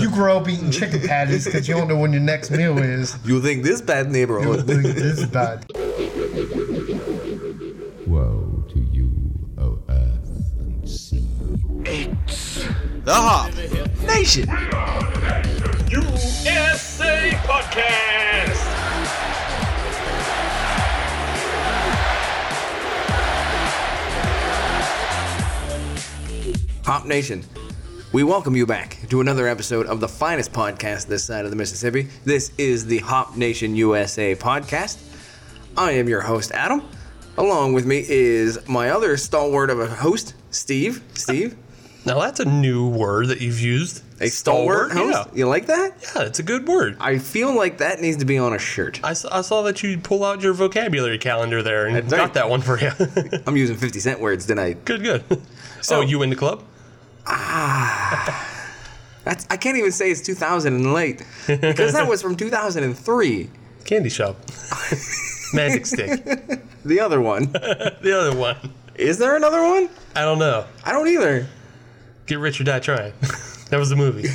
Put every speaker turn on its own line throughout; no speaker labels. You grow up eating chicken patties because you don't know when your next meal is.
You think this bad neighborhood?
This is bad.
Woe to you, O earth and sea.
the Hop Nation.
USA Podcast.
Hop Nation. We welcome you back to another episode of the finest podcast this side of the Mississippi. This is the Hop Nation USA podcast. I am your host, Adam. Along with me is my other stalwart of a host, Steve. Steve,
Now that's a new word that you've used.
a stalwart, host.
Yeah.
You like that?
yeah, it's a good word.
I feel like that needs to be on a shirt.
I saw, I saw that you pull out your vocabulary calendar there and
That's
got
right.
that one for you.
I'm using 50 cent words tonight.
good, good. So you in the club?
That's, I can't even say it's 2000 and late because that was from 2003.
Candy shop. Magic stick.
The other one.
The other one.
Is there another one?
I don't know.
I don't either.
Get rich or die trying. that was the movie.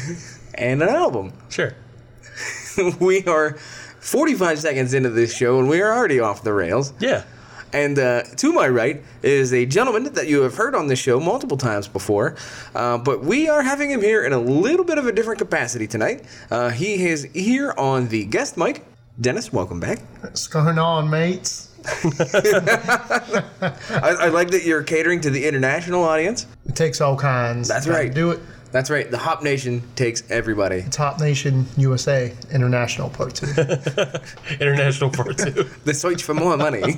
And an album.
Sure.
we are 45 seconds into this show and we are already off the rails.
Yeah.
And uh, to my right is a gentleman that you have heard on this show multiple times before, uh, but we are having him here in a little bit of a different capacity tonight. Uh, he is here on the guest mic. Dennis, welcome back.
What's going on, mates?
I, I like that you're catering to the international audience.
It takes all kinds.
That's
Gotta
right.
Do it.
That's right. The Hop Nation takes everybody.
Top Nation USA International Part 2.
International part two.
The search for more money.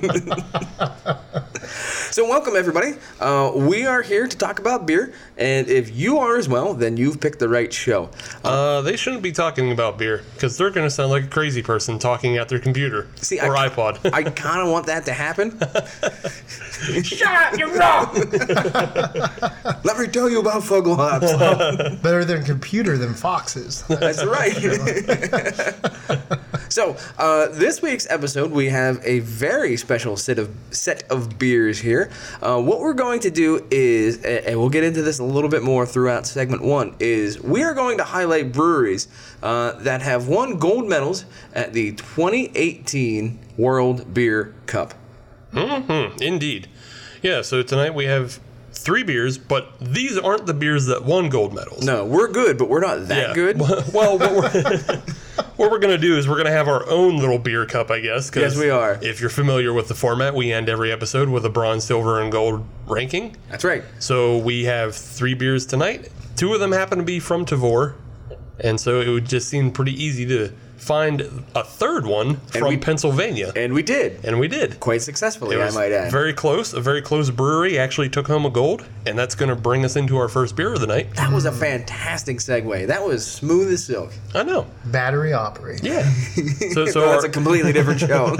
so, welcome everybody. Uh, we are here to talk about beer, and if you are as well, then you've picked the right show.
Uh, they shouldn't be talking about beer because they're going to sound like a crazy person talking at their computer
See, I-
or iPod.
I kind of want that to happen.
Shut up! You're wrong.
Let me tell you about Fogle Hops.
Better than computer than foxes.
That's right. so, uh, this week's episode, we have a very special set of set of beers here. Uh, what we're going to do is, a- and we'll get into this a little bit more throughout segment one, is we are going to highlight breweries uh, that have won gold medals at the 2018 World Beer Cup.
Indeed. Yeah. So tonight we have three beers, but these aren't the beers that won gold medals.
No, we're good, but we're not that
Yeah.
good.
Well, what we're, what we're gonna do is we're gonna have our own little beer cup, I guess. 'cause
Yes, we are.
If you're familiar with the format, we end every episode with a bronze, silver, and gold ranking.
That's right.
So we have three beers tonight. Two of them happen to be from Tavor, and so it would just seem pretty easy to find a third one from
we-
Pennsylvania,
And we did.
and we did.
Quite successfully,
It
I
was
might add.
Very close. A very close brewery actually took home a gold, and that's going to bring us into our first beer of the night.
That was a fantastic segue. That was smooth as silk.
I know.
Battery operated.
Yeah. So, so
No,
our,
that's a completely different show.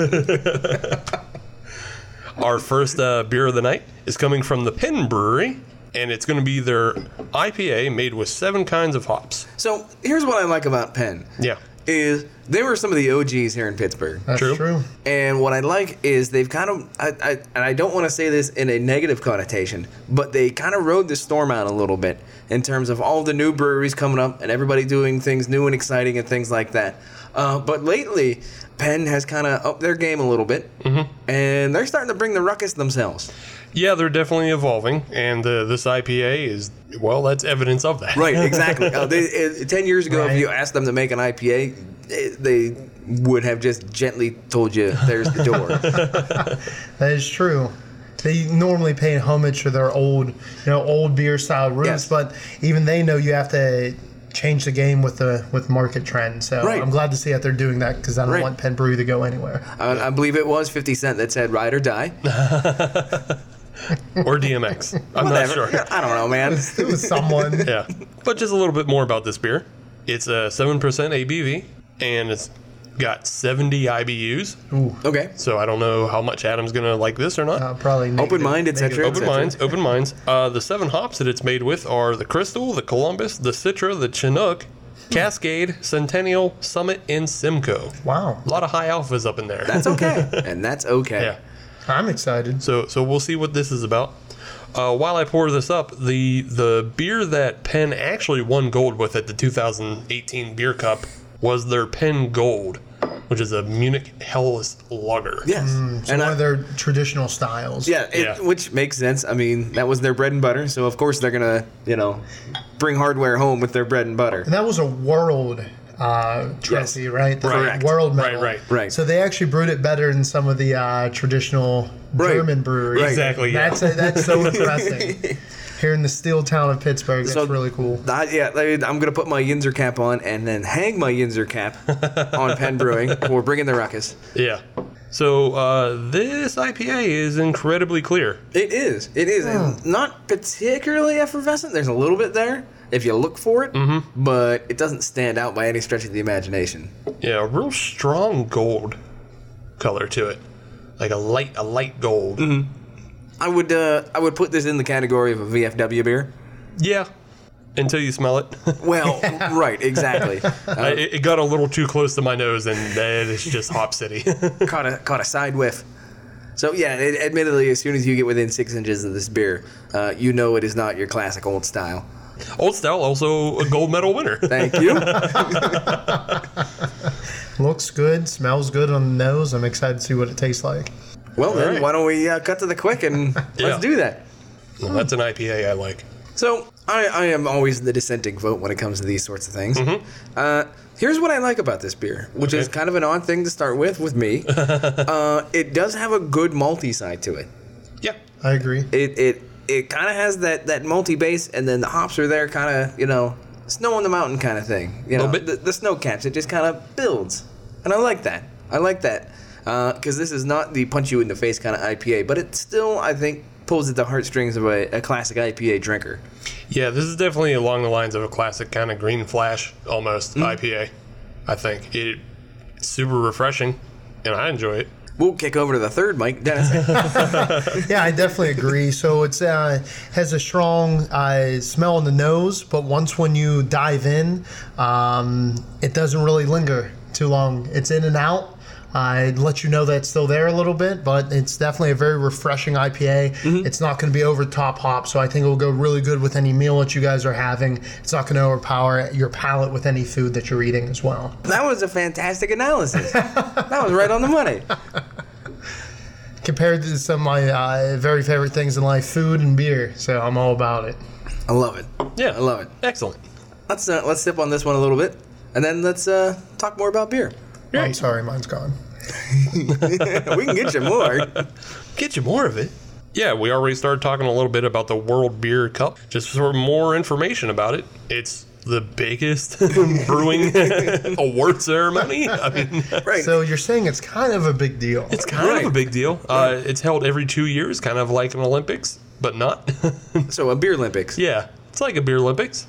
our first uh, beer of the night is coming from the Penn Brewery, and it's going to be their IPA made with seven kinds of hops.
so here's what I like about Penn.
Yeah.
Is they were some of the OGs here in Pittsburgh.
That's
True.
true.
And what I like is they've kind of, I, I, and I don't want to say this in a negative connotation, but they kind of rode the storm out a little bit in terms of all the new breweries coming up and everybody doing things new and exciting and things like that. Uh, but lately, Penn has kind of upped their game a little bit,
Mm-hmm.
and they're starting to bring the ruckus themselves.
Yeah, they're definitely evolving, and uh, this IPA is well, that's evidence of that.
Right, exactly. uh, they, uh, Ten years ago, if
Right.
you asked them to make an IPA, eh, they would have just gently told you, "There's the door."
That is true. They normally pay homage to their old, you know, old beer style roots,
Yes.
but even they know you have to change the game with the with market trend. So
Right.
I'm glad to see that they're doing that because I don't
Right.
want Penn Brew to go anywhere.
I, I believe it was Fifty Cent that said, "Ride or die."
Or DMX. I'm not
Whatever.
sure.
I don't know, man.
It was someone.
Yeah. But just a little bit more about this beer. It's uh, a 7% ABV and it's got 70 IBUs.
Okay.
So I don't know how much Adam's going to like this or not.
Uh, probably
Open minded, etc.
open minds, open minds. Uh, the seven hops that it's made with are the Crystal, the Columbus, the Citra, the Chinook, Cascade, Centennial, Summit, and Simcoe.
Wow,
A lot of high alphas up in there.
That's okay, and that's okay.
yeah.
I'm excited.
So so we'll see what this is about. Uh, while I pour this up, the the beer that Penn actually won gold with at the 2018 Beer Cup was their Penn Gold, which is a Munich Helles Lager.
Yes.
It's
and
one
I,
of their traditional styles.
yeah, it,
Mm, Yeah.
which makes sense. I mean, that was their bread and butter, so of course they're gonna, you know, bring hardware home with their bread and butter.
And that was a world uh, trophy, right? The
Correct.
World
Right,
medal.
right,
right.
So they actually brewed it better than some of the uh, traditional
Right.
German breweries.
Right.
Exactly, yeah.
That's that's so impressive. Here in the steel town of Pittsburgh, that's
So-
really cool.
I, yeah, I mean, I'm gonna put my Yinzer cap on and then hang my Yinzer cap on Penn Brewing. We're bringing the ruckus.
Yeah. So uh, this IPA is incredibly clear.
It is. It is. And not particularly effervescent. There's a little bit there if you look for it,
Mm-hmm.
but it doesn't stand out by any stretch of the imagination.
Yeah, a real strong gold color to it, like a light a light gold.
Mm-hmm. I would uh, I would put this in the category of a VFW beer.
Yeah. Until you smell it.
Well, right, exactly. Uh,
I- it, it got a little too close to my nose, and then it's just Hop City.
caught a caught a side whiff. So yeah, it, admittedly, as soon as you get within six inches of this beer, uh, you know it is not your classic old style.
Old Style, also a gold medal winner.
Thank you.
Looks good, smells good on the nose. I'm excited to see what it tastes like.
well then,
right.
why don't we uh, cut to the quick and
Yeah.
let's do that.
Well, that's an IPA I like.
So I, I am always the dissenting vote when it comes to these sorts of things. Uh, here's what I like about this beer, which is
Mm-hmm. Okay.
kind of an odd thing to start with with me. uh, it does have a good malty side to it.
Yeah.
I agree.
It it it kind of has that that malty base, and then the hops are there, kind of you know snow on the mountain kind of thing. You know,
Little bit.
The, the snow caps. It just kind of builds, and I like that. I like that because this is not the punch you in the face kind of IPA, but it still I think pulls at the heartstrings of a, a classic IPA drinker.
Yeah, this is definitely along the lines of a classic kind of green flash almost
Mm-hmm.
IPA, I think. It, it's super refreshing, and I enjoy it.
We'll kick over to the third, Mike Dennis.
Yeah, I definitely agree. So it's uh, has a strong uh, smell in the nose, but once when you dive in, um, it doesn't really linger too long. It's in and out. I let you know that it's still there a little bit, but it's definitely a very refreshing IPA. It's not going to be over the top hop, so I think it will go really good with any meal that you guys are having. It's not going to overpower your palate with any food that you're eating as well.
that was a fantastic analysis. That was right on the money.
Compared to some of my uh, very favorite things in life, food and beer, so I'm all about it.
I love it.
Yeah.
I love it.
Excellent.
Let's uh, let's sip on this one a little bit, and then let's uh, talk more about beer.
Oh, I'm sorry, mine's gone.
we can get you more.
Get you more of it. Yeah, we already started talking a little bit about the World Beer Cup. Just for more information about it, it's the biggest brewing award ceremony. I mean,
Right.
So you're saying it's kind of a big deal.
It's kind
Right.
of a big deal. Uh, it's held every two years, kind of like an Olympics, but not.
so a beer Olympics.
yeah, it's like a beer Olympics.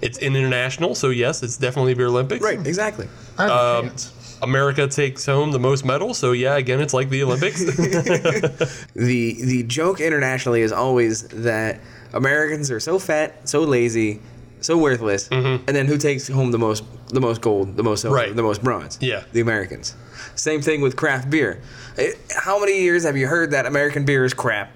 It's in international, so yes, it's definitely a beer Olympics.
Right. Exactly.
I have a
Um,
chance.
America takes home the most medals, so yeah, again, it's like the Olympics.
The the joke internationally is always that Americans are so fat, so lazy, so worthless, and then who takes home the most the most gold, the most silver,
Right.
the most bronze?
Yeah.
the Americans. Same thing with craft beer. It, how many years have you heard that American beer is crap?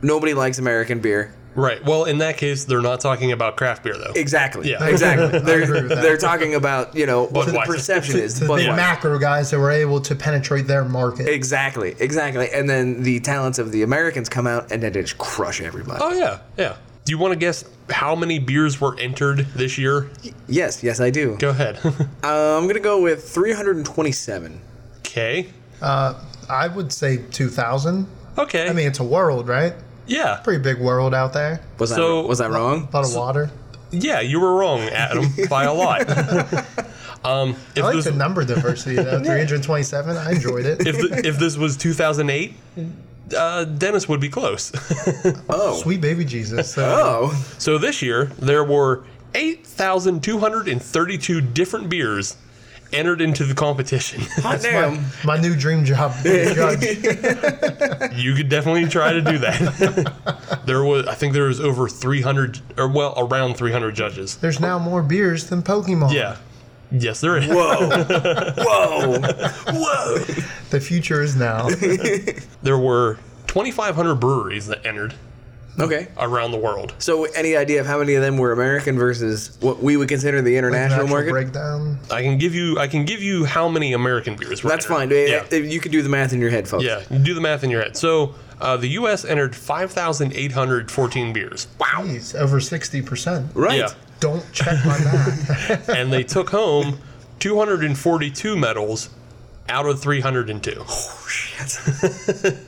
Nobody likes American beer.
right. Well, in that case, they're not talking about craft beer though.
Exactly.
Yeah.
Exactly.
agree
They're
with that.
they're talking about you know what the
Budweiser.
perception
To,
is.
to the
Budweiser.
macro guys that were able to penetrate their market.
Exactly, exactly. And then the talents of the Americans come out and then they just crush everybody.
Oh yeah, yeah. Do you want to guess how many beers were entered this year?
Yes, yes, I do.
Go ahead.
Uh, I'm going to go with 327.
okay.
Uh, I would say 2,000.
Okay.
I mean, it's a world, right?
yeah,
Pretty big world out there.
Was,
So-
I, was I wrong?
A lot of water.
yeah. You were wrong, Adam, by a lot. um, if
I like
this-
the number diversity, though. 327. I enjoyed it.
if th if this was 2008, uh, Dennis would be close.
Oh.
Sweet baby Jesus. So
Oh.
so this year there were 8,232 different beers entered into the competition.
Hot
my,
damn.
my new dream job. being a judge.
you could definitely try to do that. there was I think there was over 300 or well around 300 judges.
There's now more beers than Pokemon.
Yeah. Yes, there is.
Whoa. Whoa.
Whoa.
The future is now.
There were 2,500 breweries that entered.
Okay.
around the world.
So, any idea of how many of them were American versus what we would consider the international
Natural
market?
breakdown.
I can give you I can give you how many American beers. Were
That's fine.
entered. Yeah.
Eh, You could do the math in your head, folks.
Yeah, do the math in your head. So uh, the U.S. entered 5,814 beers.
Wow. Jeez, over 60%.
Right.
Yeah,
Don't check my math.
and they took home 242 medals out of 302.
Oh,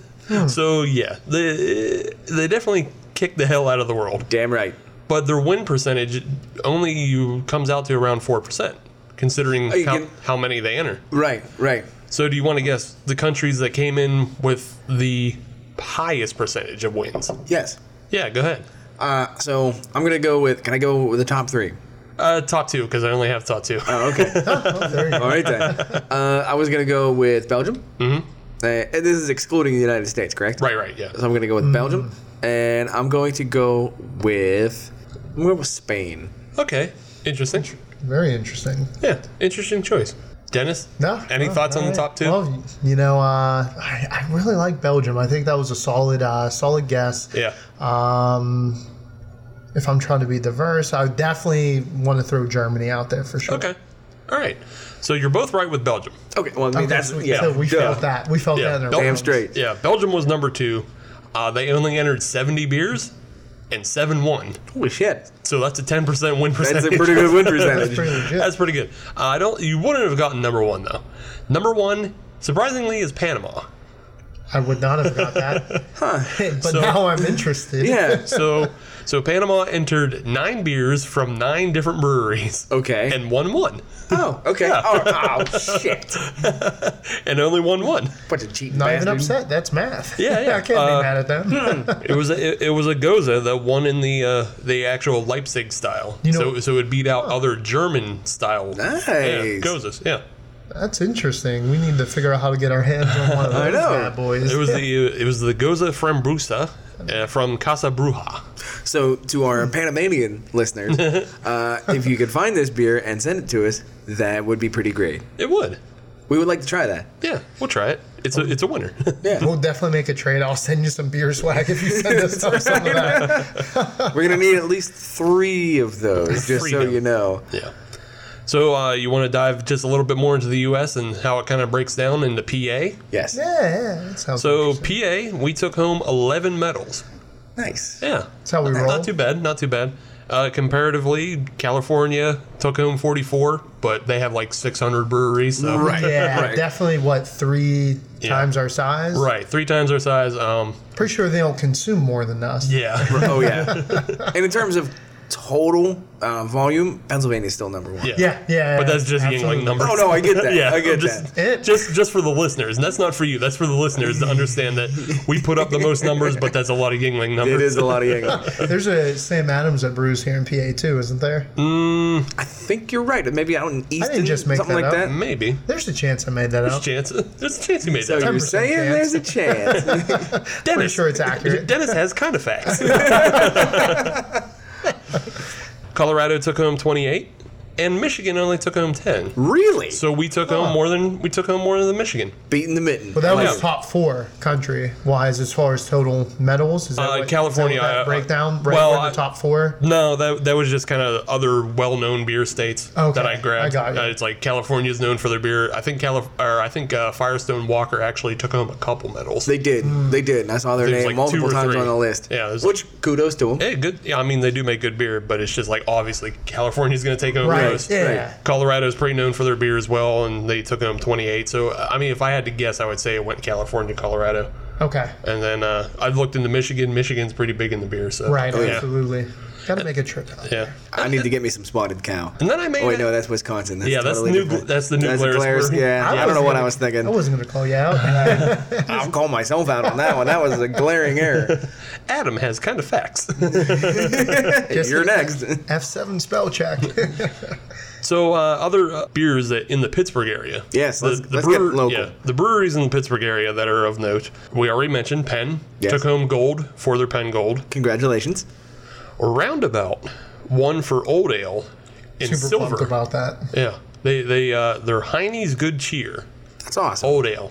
So yeah, they they definitely kicked the hell out of the world.
Damn right.
But their win percentage only comes out to around four percent, considering
you
how,
can-
how many they enter.
Right. Right.
So do you want to guess the countries that came in with the highest percentage of wins?
Yes.
Yeah, go ahead.
Uh, so I'm gonna go with. Can I go with the top three?
Uh, top two because I only have top two.
Oh, okay.
oh, there you go.
All right then. Uh, I was gonna go with Belgium. Mm-hmm. and this is excluding the United States, correct?
right, right, yeah.
So I'm gonna go with Belgium,
Mm.
and I'm going to go with. I'm going to go with Spain.
Okay, interesting.
Very interesting.
Yeah, interesting choice. Dennis,
No.
Any
no,
thoughts on the
alright.
top two?
Well, you know, uh, I, I really like Belgium. I think that was a solid, uh, solid guess.
yeah,
Um, if I'm trying to be diverse, I would definitely want to throw Germany out there for sure.
okay, all right. So you're both right with Belgium.
Okay. Well, I mean
Okay,
that's
so we,
yeah.
so we
duh.
felt that. We felt
Yeah.
that. In our
Damn
bones.
straight.
Yeah, Belgium was number two. Uh, they only entered 70 beers and seven won.
Holy shit!
So that's a 10% win percentage.
That's a pretty good win
That's pretty
percentage.
legit.
That's pretty good. Uh, I don't. You wouldn't have gotten number one though. Number one, surprisingly, is Panama.
I would not have got that. but now I'm interested.
yeah.
So, so Panama entered nine beers from nine different breweries.
Okay.
And won one,
oh. Okay. Oh, oh, shit!
and only won one.
Bunch of cheating
Not
bastards.
even upset. That's math.
Yeah, yeah.
I can't
Uh,
be mad at them.
It was a, it, it was a Goza that won in the uh, the actual Leipzig style.
You know-
so so it beat out other German style
Nice.
yeah, Gozas. Yeah,
That's interesting. We need to figure out how to get our hands on one of those
know.
bad boys.
it was the it was the Goza Frambusa uh, from Casa Bruja.
So, to our Panamanian listeners, uh, if you could find this beer and send it to us, that would be pretty great.
It would.
We would like to try that.
Yeah, we'll try it. It's a it's a winner.
We'll definitely make a trade. I'll send you some beer swag if you send us some, some of that.
We're gonna need at least three of those, just so
Freedom.
you know.
Yeah. So uh, you want to dive just a little bit more into the U.S. and how it kind of breaks down into PA.
Yes.
Yeah, yeah, that sounds
So
interesting.
PA, we took home 11 medals.
Nice.
Yeah,
That's how we roll.
not too bad. Not too bad. Uh, comparatively, California took home 44, but they have like 600 breweries. So.
Right.
Yeah,
Right.
definitely what three
Yeah.
times our size.
Right, three times our size. Um,
Pretty sure they don't consume more than us.
yeah,
Oh yeah. and in terms of total uh, volume, Pennsylvania's still number one.
yeah,
Yeah, yeah.
But that's just
absolutely.
Yingling numbers.
Oh no, I get that.
yeah,
I get
just,
that.
It-
just just for the listeners, and that's not for you. That's for the listeners to understand that we put up the most numbers, but that's a lot of Yingling numbers.
It is a lot of Yingling.
There's a Sam Adams that brews here in PA too, isn't there?
Mm.
I think you're right. Maybe out in Easton,
just make
something
that
like
up.
that.
Maybe
There's a chance I made that
There's
up.
a chance. There's a chance you made
So
that.
you're
10%
saying there's a chance?
Dennis,
Pretty sure it's accurate.
Dennis has kind of facts. Colorado took home 28, and Michigan only took home 10.
really?
So we took home more than we took home more than Michigan.
Beating the mitten.
But that was
Yeah.
top four country wise as far as total medals. Is that
Uh,
what, is that
California,
what that
I- I-
breakdown? Right
well,
well, the
I-
top four.
No, that that was just kind of other well-known beer states
Okay,
that I grabbed.
I got you.
Uh, it's like California's known for their beer. I think Calif- or I think uh, Firestone Walker actually took home a couple medals.
They did.
Hmm.
They did. And I saw their
There's
name
like
multiple
two or
times
three.
on the list.
Yeah, there's-
Which kudos to them.
Hey, good. Yeah, I mean they do make good beer, but it's just like obviously California's going to take over
Right.
most.
Yeah.
right.
Colorado's pretty known for their beer as well, and they took home 28. So, uh, I mean, if I had to guess, I would say it went California, Colorado.
Okay.
And then uh, I've looked into Michigan. Michigan's pretty big in the beer, so.
Right.
Oh, yeah.
Absolutely. Got to make a trip. Out.
Yeah.
I need to get me some spotted cow.
And then I made
Oh, wait,
it-
no, that's Wisconsin. That's
Yeah, that's
totally
the new-
different.
that's the new Glarus
Glarus,
brewery.
Yeah, I don't know what
gonna-
I was thinking.
I wasn't going to call you out.
I'll call myself out on that one. That was a glaring error.
Adam has kind of facts.
Guess
You're
it-
next.
F7 spell check.
so, uh, other uh, beers that in the Pittsburgh area.
Yes, let's- let's get local.
the breweries in the Pittsburgh area that are of note. We already mentioned Penn
Yes.
took home gold for their Penn Gold.
Congratulations.
Roundabout won for Old Ale in
Super
silver.
pumped about that.
Yeah, they they uh, their Heine's Good Cheer
That's awesome.
Old Ale.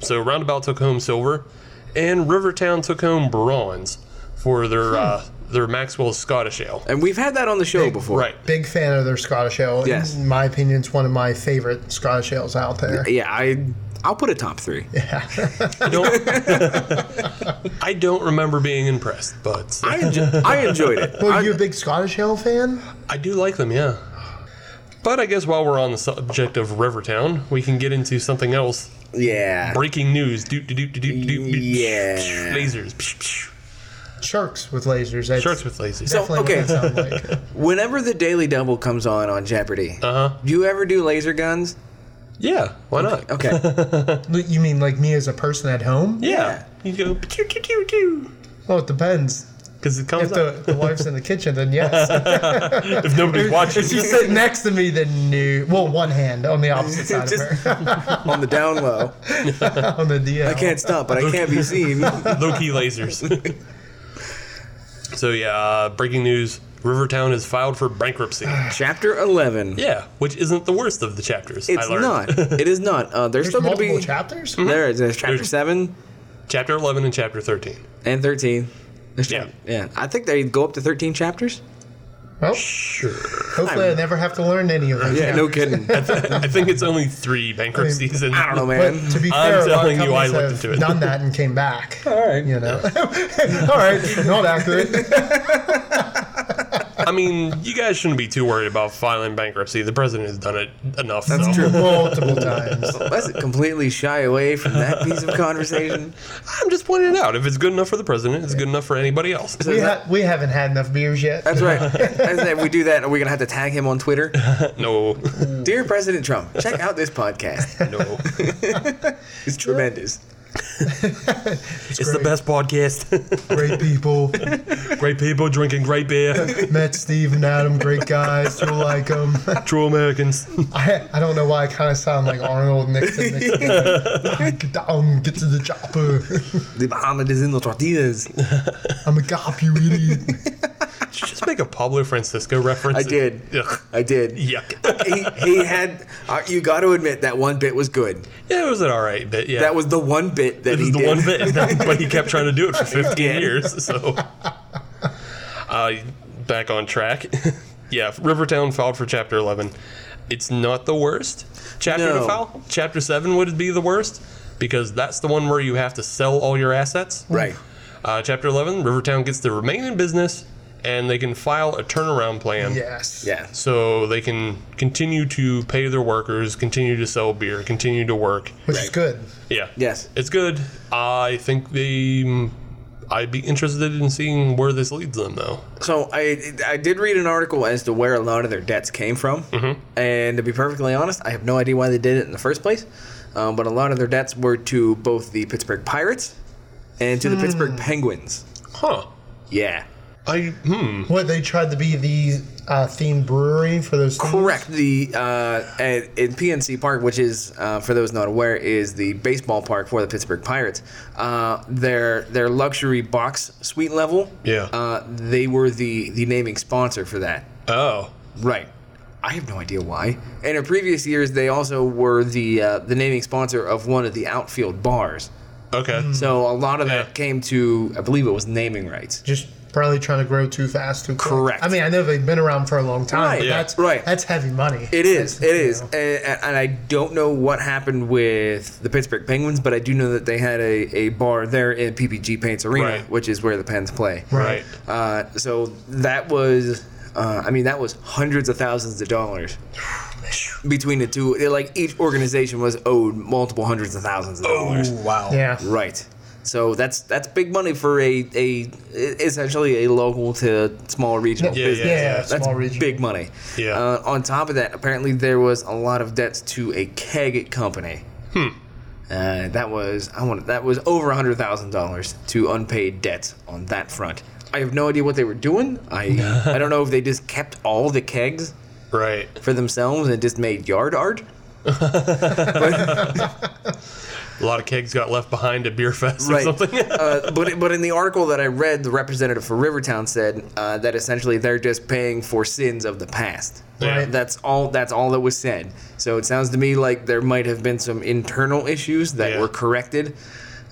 So Roundabout took home silver, and Rivertown took home bronze. for
Hmm.
their uh, their Maxwell Scottish Ale.
And we've had that on the show before.
Right.
Big fan of their Scottish ale.
Yes.
In my opinion, it's one of my favorite Scottish ales out there.
Yeah, I I'll put a top three.
I don't, I don't remember being impressed, but
I, enjo- I enjoyed it.
Well,
I-
are you a big Scottish ale fan?
I do like them, yeah. But I guess while we're on the subject of Rivertown, we can get into something else.
yeah.
Breaking news. Doot, doot, doot, doot, doot, doot, doot.
Yeah.
Lasers. Psh, psh.
Sharks with lasers. That's
Sharks with lasers.
So-
definitely
Okay.
what it sounds like.
Whenever the Daily Double comes on on Jeopardy,
Uh-huh.
do you ever do laser guns?
yeah, why not?
Okay.
you mean like me as a person at home?
Yeah. You go,
Well, it depends.
because it comes
If the,
up.
the wife's in the kitchen, then yes.
If nobody's watching,
If she's sitting next to me, then no. Well, one hand on the opposite side
Just-
of her
on the down low.
on the DL.
I can't stop, but I can't be seen.
low key lasers. so, yeah, uh, breaking news Rivertown has filed for bankruptcy.
Chapter 11.
Yeah, which isn't the worst of the chapters. I
It's
learned.
not. It is not. Uh, there's,
There's
still going to
multiple
be.
chapters.
there is. There's chapter
There's-
7
Chapter 11 and chapter 13.
and 13. There's
Yeah.
chap- yeah. I think they go up to 13 chapters.
Well,
Sure.
Oh, hopefully, I never have to learn any of them.
No kidding.
I think it's only three bankruptcies. and
I don't know, man.
But to be
I'm
fair, a lot of
telling you, I
companies
looked
have
into it.
Done that and came back.
All right.
You know, all right, not accurate.
I mean, you guys shouldn't be too worried about filing bankruptcy. The president has done it enough.
That's
so.
true.
Multiple times.
Let's completely shy away from that piece of conversation.
I'm just pointing it out. If it's good enough for the president, it's good enough for anybody else.
We, ha- we haven't had enough beers yet.
That's right. As if we do that, are we going to have to tag him on Twitter?
No,
Dear President Trump, check out this podcast.
no.
It's tremendous.
It's, the
great.
best podcast.
Great people.
great people drinking great beer.
Met Steve and Adam, great guys. You'll like them.
True Americans.
I, I don't know why I kind of sound like Arnold Nixon. mixed together. Ah, get down, get to the chopper.
The Muhammad is in the tortillas.
I'm a cop, you idiot.
Did you just make a Pablo Francisco reference?
I did.
Ugh.
I did.
Yuck.
he, he had. Uh, you got to admit that one bit was good.
Yeah, it was an all right bit. Yeah,
That was the one bit that
It was
he
the
did.
one bit, but he kept trying to do it for 15
Yeah.
years. So, uh, back on track. yeah, Rivertown filed for Chapter 11. It's not the worst chapter
No.
to file. Chapter 7 would be the worst because that's the one where you have to sell all your assets.
Right.
Uh, chapter 11, Rivertown gets to remain in business and they can file a turnaround plan.
Yes.
Yeah.
So they can continue to pay their workers, continue to sell beer, continue to work.
Which is good.
Yeah.
Yes.
It's good. I think they. I'd be interested in seeing where this leads them, though.
So I I did read an article as to where a lot of their debts came from, and to be perfectly honest, I have no idea why they did it in the first place. Um, but a lot of their debts were to both the Pittsburgh Pirates and to the Pittsburgh Penguins.
Huh.
Yeah.
I. Hmm.
What they tried to be the uh, themed brewery for those. teams?
Correct. The uh, at, in PNC Park, which is uh, for those not aware, is the baseball park for the Pittsburgh Pirates. Uh, their their luxury box suite level.
Yeah.
Uh, they were the the naming sponsor for that.
Oh.
Right. I have no idea why. And in previous years, they also were the uh, the naming sponsor of one of the outfield bars.
Okay.
Hmm.
So a lot of
Yeah.
that came to, I believe it was naming rights.
Just probably trying to grow too fast, too quick.
Correct.
I mean, I know they've been around for a long time,
Right,
but
Yeah.
that's
right.
That's heavy money.
It is. It is.
know.
And, and I don't know what happened with the Pittsburgh Penguins, but I do know that they had a, a bar there in PPG Paints Arena,
Right.
which is where the Pens play.
Right.
Uh, so that was, uh, I mean, that was hundreds of thousands of dollars between the two. It, like each organization was owed multiple hundreds of thousands of dollars.
wow.
Yeah.
Right. So that's that's big money for a, a essentially a local to small regional
Yeah.
Yeah,
business.
small
That's
region.
big money.
Yeah.
Uh, on top of that, apparently there was a lot of debts to a keg company. Hmm. Uh, that was I want that was over hundred thousand dollars to unpaid debts on that front. I have no idea what they were doing. I I don't know if they just kept all the kegs
Right.
for themselves and just made yard art.
A lot of kegs got left behind at beer fest or
right.
something.
uh, but but in the article that I read, the representative for Rivertown said uh, that essentially they're just paying for sins of the past.
Yeah.
Right.
That's all. That's all that was said. So it sounds to me like there might have been some internal issues that
Yeah.
were corrected,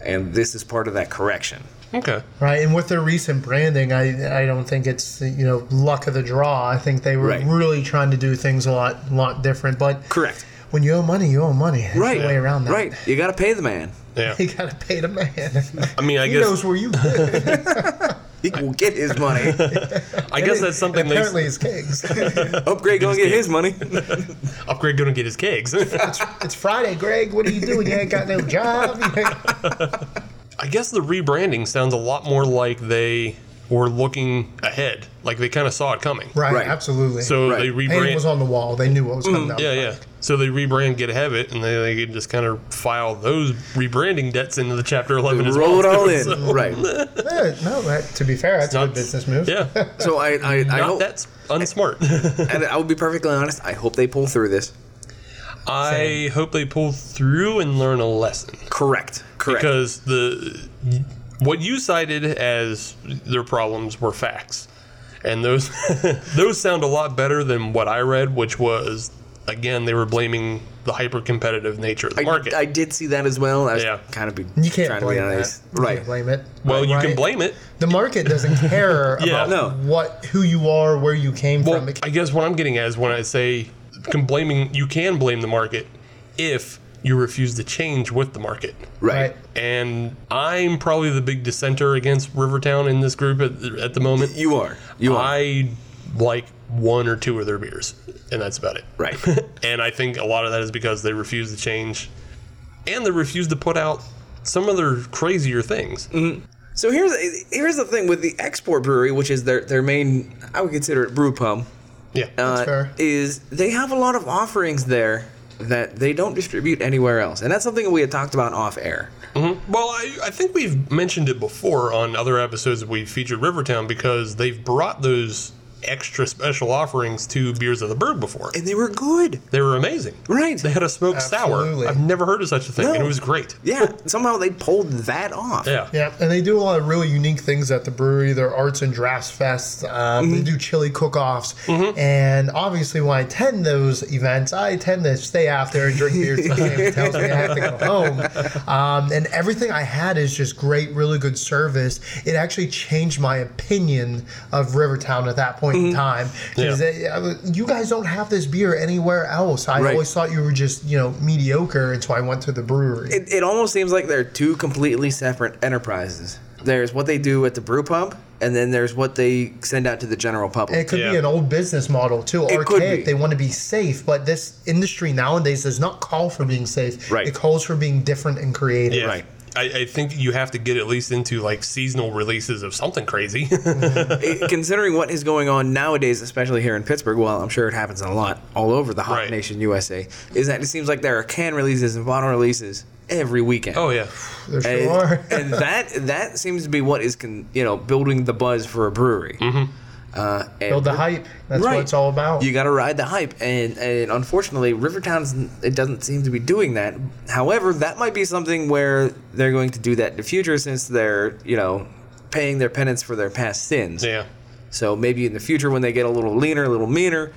and this is part of that correction.
Okay.
right? And with their recent branding, I I don't think it's you know luck of the draw. I think they were
Right.
really trying to do things a lot lot different. But
Correct.
when you owe money, you owe money. There's
Right.
no way around that.
Right. You got to pay the man.
Yeah.
You gotta pay the man.
I mean, I
he
guess
knows where you live.
He will get his money.
I guess that's something they
Apparently, it's kegs.
Upgrade gonna get his money.
upgrade going to get his kegs.
it's Friday, Greg. What are you doing? You ain't got no job.
I guess the rebranding sounds a lot more like they were looking ahead, like they kind of saw it coming.
right,
Right.
Absolutely.
So
Right.
they
And
and it
rebrand.
was on the wall. They knew what was coming up.
yeah, yeah. So they rebrand Get Have It, and then they can just kind of file those rebranding debts into the Chapter 11 as
Roll it
well.
all in.
So-
Right.
Eh, no, that, to be fair, that's a good
not-
business move.
Yeah.
So I I, I
Not
hope
that's unsmart.
and I will be perfectly honest. I hope they pull through this.
I hope they pull through and learn a lesson.
Correct. Correct.
because the what you cited as their problems were facts, and those those sound a lot better than what I read, which was again they were blaming the hyper competitive nature of the
I,
market.
I did see that as well. I was
Yeah.
kind of be
You can't
trying to
blame
be
that.
nice.
You
Right.
can't blame it.
well, you
Right.
can blame it.
The market doesn't care
Yeah.
about
No.
what who you are, where you came
Well,
from. It-
I guess what I'm getting at is when I say can blaming you can blame the market if you refuse to change with the market.
Right.
And I'm probably the big dissenter against Rivertown in this group at, at the moment.
You are. You are.
I like one or two of their beers, and that's about it.
Right.
and I think a lot of that is because they refuse to change, and they refuse to put out some of their crazier things.
Mm-hmm. So here's here's the thing with the export brewery, which is their their main I would consider it brew pub.
Yeah.
uh,
fair.
is they have a lot of offerings there that they don't distribute anywhere else, and that's something that we had talked about off air.
well, I, I think we've mentioned it before on other episodes that we featured Rivertown because they've brought those extra special offerings to beers of the bird before.
And they were good,
They were amazing.
right?
They had a smoked
Absolutely.
sour. I've never heard of such a thing, and
No.
it was great.
yeah, somehow they pulled that off.
Yeah.
yeah, and they do a lot of really unique things at the brewery. Their arts and drafts fest. Um,
Mm-hmm.
They do chili cook-offs, and obviously, when I attend those events, I tend to stay after and drink beer till it tells me I have to go home. Um, and everything I had is just great, really good service. It actually changed my opinion of Rivertown at that point in time because
Mm-hmm. Yeah.
you guys don't have this beer anywhere else. I
Right.
always thought you were just you know mediocre until I went to the brewery.
It, it almost seems like they're two completely separate enterprises. There's what they do at the brew pub, and then there's what they send out to the general
It
public.
could be
Yeah.
an old business model too,
It could be.
archaic. They want to be safe, but this industry nowadays does not call for being safe.
Right.
It calls for being different and creative.
Yeah.
Right.
I, I think you have to get at least into like seasonal releases of something crazy.
It- considering what is going on nowadays, especially here in Pittsburgh, well, I'm sure it happens a lot all over the hot
Right.
nation USA, is that it seems like there are can releases and bottle releases every weekend.
oh yeah,
There sure
and,
are.
and that that seems to be what is con, you know building the buzz for a brewery. Mm-hmm. Uh, and
Build the hype. That's
Right.
what it's all about.
You got to ride the hype, and and unfortunately, Rivertown's it doesn't seem to be doing that. However, that might be something where they're going to do that in the future, since they're you know paying their penance for their past sins.
yeah.
So maybe in the future, when they get a little leaner, a little meaner,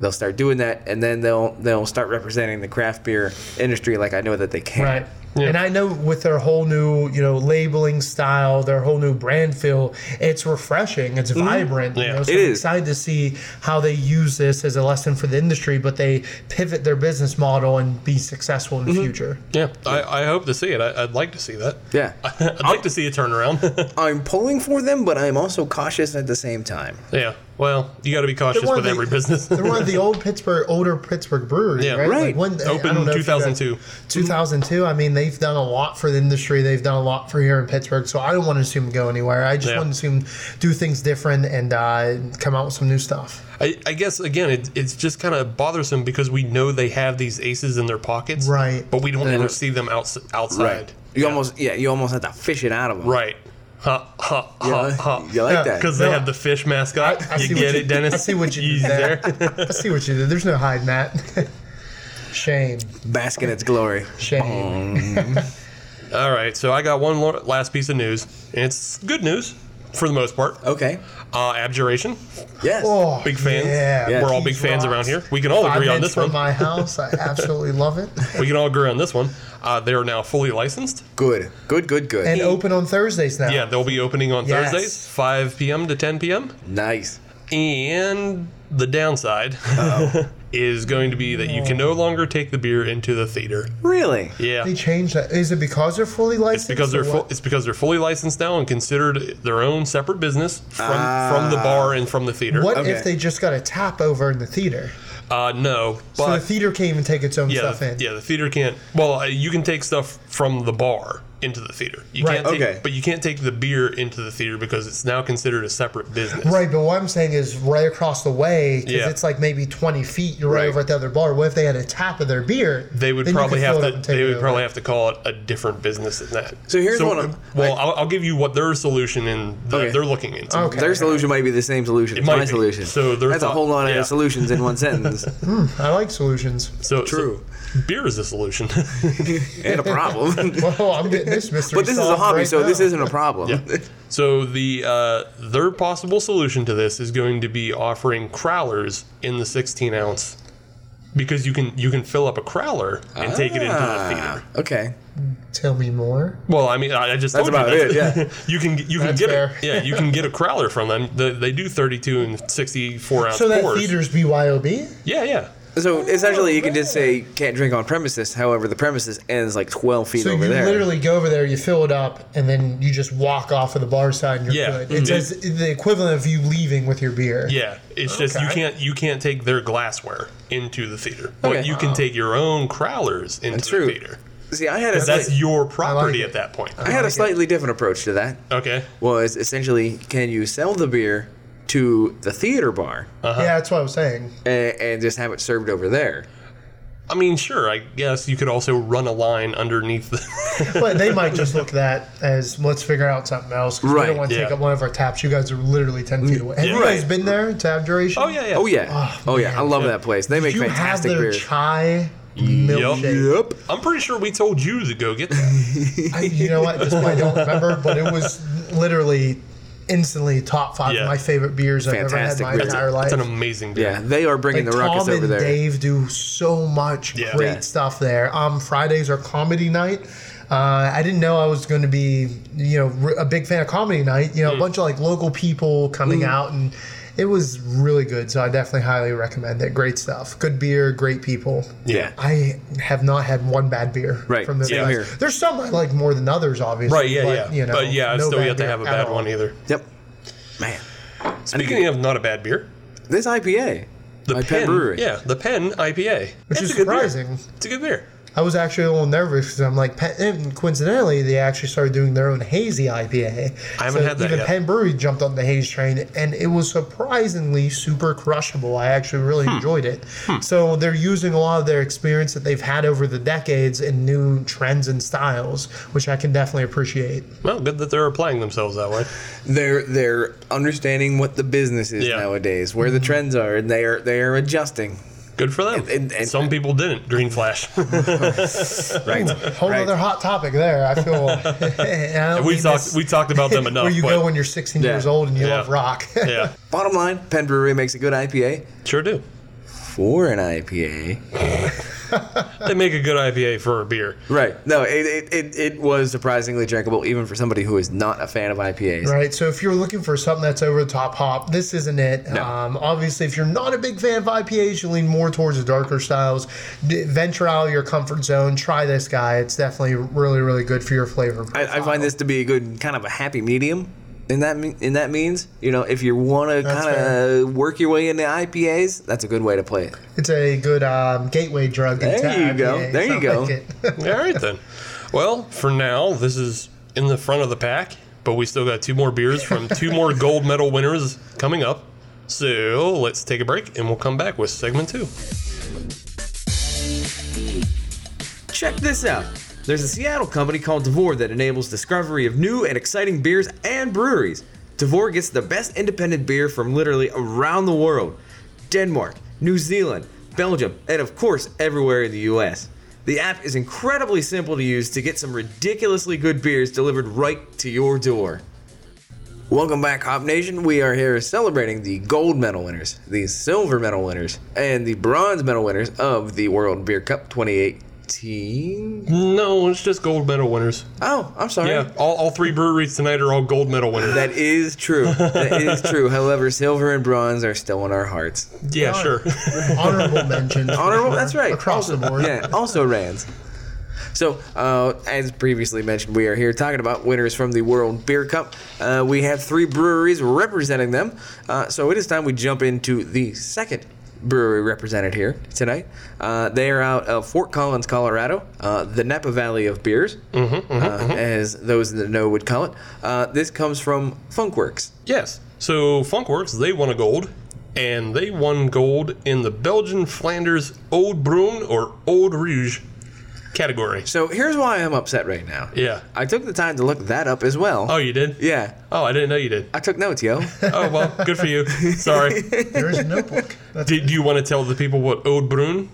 they'll start doing that, and then they'll they'll start representing the craft beer industry like I know that they can.
Right. And I know with their whole new, you know, labeling style, their whole new brand feel, it's refreshing, it's
Mm-hmm.
vibrant.
Yeah.
you know, so
It
I'm
is.
excited to see how they use this as a lesson for the industry, but they pivot their business model and be successful
Mm-hmm.
in the future.
Yeah, I, I hope to see it. I, I'd like to see that.
Yeah.
I'd like to see a turnaround.
I'm pulling for them, but I'm also cautious at the same time.
yeah. Well, you got to be cautious
one
with
of the-
every business.
They're one of the old Pittsburgh, older Pittsburgh brewery,
Yeah,
right?
right.
when, I
Opened
don't know if you
2002.
guys- 2002. I mean, they've done a lot for the industry. They've done a lot for here in Pittsburgh. So I don't want to assume go anywhere. I just
Yeah.
want to assume do things different and uh, come out with some new stuff.
I, I guess again, it, it's just kind of bothersome because we know they have these aces in their pockets,
Right.
But we don't
Yeah.
ever see them outs- outside.
You almost yeah, you almost have to fish it out of them.
Right. Ha ha ha
You,
ha.
like
Yeah,
that?
Because they have the fish mascot.
I- I see
you
what
get
you-
it, Dennis.
I see what you did
He's
there.
there.
I see what you did. There's no hiding that. Shame.
bask in its glory.
Shame.
All right, so I got one lo- last piece of news, and it's good news. for the most part.
Okay.
Uh, Abjuration,
Yes.
Oh,
big fan.
Yeah,
Yeah.
We're all big
Pete's
fans
Rocks.
around here. We can all
Five
agree on
minutes
this
from
one.
my house. I absolutely love it.
We can all agree on this one. Uh, they are now fully licensed.
Good. Good. Good. Good.
And open on Thursdays now.
Yeah, they'll be opening on
Yes.
Thursdays, 5 p.m. to 10 p.m.
nice.
And the downside is going to be that you can no longer take the beer into the theater.
Really?
Yeah.
They changed that. Is it because they're fully licensed?
It's because they're
or
fu-
what?
it's because they're fully licensed now and considered their own separate business from from the bar and from the theater.
What
Okay.
if they just got a tap over in the theater?
Uh, no,
So
but
the theater can't even take its own
yeah,
stuff in.
yeah, the theater can't. Well, uh, you can take stuff from the bar into the theater. You
Right.
can't take,
Okay.
but you can't take the beer into the theater because it's now considered a separate business.
Right, but what I'm saying is right across the way, 'cause
Yeah.
it's like maybe 20 feet. You're right,
Right.
over at the other bar. What if they had a tap of their beer?
They would
Then you
probably
could
have
fill it up
to.
and take
They
it
would
over.
probably have to call it a different business than that. uh,
So here's what I'm-
Well, I'll, I'll give you what their solution and that
Okay.
they're looking into.
Okay.
Their solution might be the same solution. as
might
my
be.
solution.
So they're
that's a
thought-
whole lot of
yeah.
solutions in one sentence
I like solutions.
So so
True.
beer is a solution.
and a problem.
Well, I'm getting this mystery.
but this is a
solved
hobby,
right
so this
now.
isn't a problem.
so the uh, their possible solution to this is going to be offering crowlers in the 16 ounce because you can you can fill up a crowler and take it into the
Ah,
theater.
okay.
Tell me more.
Well, I mean, I I just
That's
told you
about
that's-
it,
you can you can
That's
get
fair.
a, yeah you can get a crowler from them. They, they do 32 and 64 ounce
So that
pours.
theater's BYOB?
Yeah, yeah.
So essentially, you can just say can't drink on premises. However, the premises ends like twelve feet
So
over
you
there.
literally go over there, you fill it up, and then you just walk off of the bar side and you're
Yeah.
good. It's
Mhm.
as the equivalent of you leaving with your beer.
Yeah, it's just you
Okay.
can't you can't take their glassware into the theater. But
Okay.
you can take your own crowlers into
That's
the
true.
theater.
See, I had a
That's
slight-
your property
it.
at that point.
I had a slightly different approach to that.
Okay.
Was essentially can you sell the beer to the theater bar
Yeah, that's what I was saying.
and, and just have it served over there?
I mean, sure. I guess you could also run a line underneath the.
But they might just look at that as let's figure out something else because we
Right,
don't want to take
yeah.
up one of our taps. You guys are literally 10 feet away. Have you
Right.
guys been there to have duration?
oh yeah, yeah.
Oh yeah, oh,
Oh,
yeah. I
man.
love that place. They make
you have
fantastic
their
beer.
chai milkshake.
Yep.
I'm pretty sure we told you to go get that.
I, you know what? At this point, I don't remember, but it was literally instantly top five
Yeah.
of my favorite beers I've
Fantastic
ever had
beer.
in my entire life.
That's an amazing beer.
Yeah, they are bringing
Like
the ruckus
Tom
over
and
there.
Dave do so much
Yeah.
great
Yeah.
stuff there. Um, Fridays are comedy night. Uh, I didn't know I was going to be, you know, r- a big fan of comedy night.
Mm.
You know, a bunch of like local people coming
Mm.
out, and it was really good. So I definitely highly recommend it. Great stuff, good beer, great people.
Yeah.
I have not had one bad beer
Right,
from this.
same
guys.
here.
There's some I like more than others, obviously.
Right. Yeah.
but,
yeah.
You know,
but yeah, I
no
still
bad
yet to
beer
have a
at
bad
all.
one either.
Yep. Man,
Speaking of not a bad beer,
this IPA,
the
by
pen.
Penn Brewery.
Yeah, the pen IPA.
Which
It's
is
a good beer.
surprising.
It's a good beer.
I was actually a little nervous because I'm like, Penn, and coincidentally, they actually started doing their own hazy IPA.
I haven't had that
Even
yet.
Penn Brewery jumped on the haze train, and it was surprisingly super crushable. I actually really
Hmm.
enjoyed it. So they're using a lot of their experience that they've had over the decades in new trends and styles, which I can definitely appreciate.
Well, good that they're applying themselves that way.
they're they're understanding what the business is
Yeah.
nowadays, where the trends are, and they are they are adjusting.
Good for them.
And- and-
Some people didn't. Green Flash.
Right.
Whole
Right.
other hot topic there. I feel. I don't
we
mean
talked.
this
We talked about them enough.
where you
but-
go when you're 16
Yeah.
years old and you
Yeah.
love rock.
yeah,
Bottom line, Penn Brewery makes a good IPA
sure do.
for an IPA.
They make a good IPA for a beer.
Right. No, it, it, it, it was surprisingly drinkable, even for somebody who is not a fan of IPAs.
Right. So if you're looking for something that's over the top hop, this isn't it.
No.
Um, obviously, if you're not a big fan of IPAs, you lean more towards the darker styles. D- venture out of your comfort zone. Try this guy. It's definitely really, really good for your flavor.
I, I find this to be a good kind of a happy medium. In that me- in that means, you know, if you want to
That's
kind
fair.
of work your way into IPAs, that's a good way to play it.
It's a good um, gateway drug.
There
into
you go.
IPAs.
There
I
you go.
like it.
All right then. Well, for now, this is in the front of the pack, but we still got two more beers from two more gold medal winners coming up. So let's take a break, and we'll come back with segment two.
Check this out. There's a Seattle company called Devore that enables discovery of new and exciting beers and breweries. Devore gets the best independent beer from literally around the world Denmark, New Zealand, Belgium, and of course, everywhere in the US. The app is incredibly simple to use to get some ridiculously good beers delivered right to your door. Welcome back, Hop Nation. We are here celebrating the gold medal winners, the silver medal winners, and the bronze medal winners of the World Beer Cup 2018.
No, it's just gold medal winners.
Oh, I'm sorry.
Yeah, all, all three breweries tonight are all gold medal winners.
That is true. That is true. However, silver and bronze are still in our hearts.
yeah, sure.
Honorable mentions. for
Honorable,
sure,
that's right.
Across
also,
the board.
Yeah, also Rands. So, uh, as previously mentioned, we are here talking about winners from the World Beer Cup. Uh, we have three breweries representing them. Uh, so, it is time we jump into the second brewery represented here tonight. Uh, they are out of Fort Collins, Colorado, uh, the Napa Valley of Beers,
Mm-hmm,
uh, as those that know would call it. Uh, this comes from Funkworks.
yes. So Funkworks, they won a gold, and they won gold in the Belgian Flanders Old Brune or Old Rouge category.
So, here's why I'm upset right now.
Yeah.
I took the time to look that up as well.
Oh, you did?
Yeah.
Oh, I didn't know you did.
I took notes, yo.
Oh well, good for you. Sorry.
There is a notebook. That's
Do, do you want to tell the people what Old Brune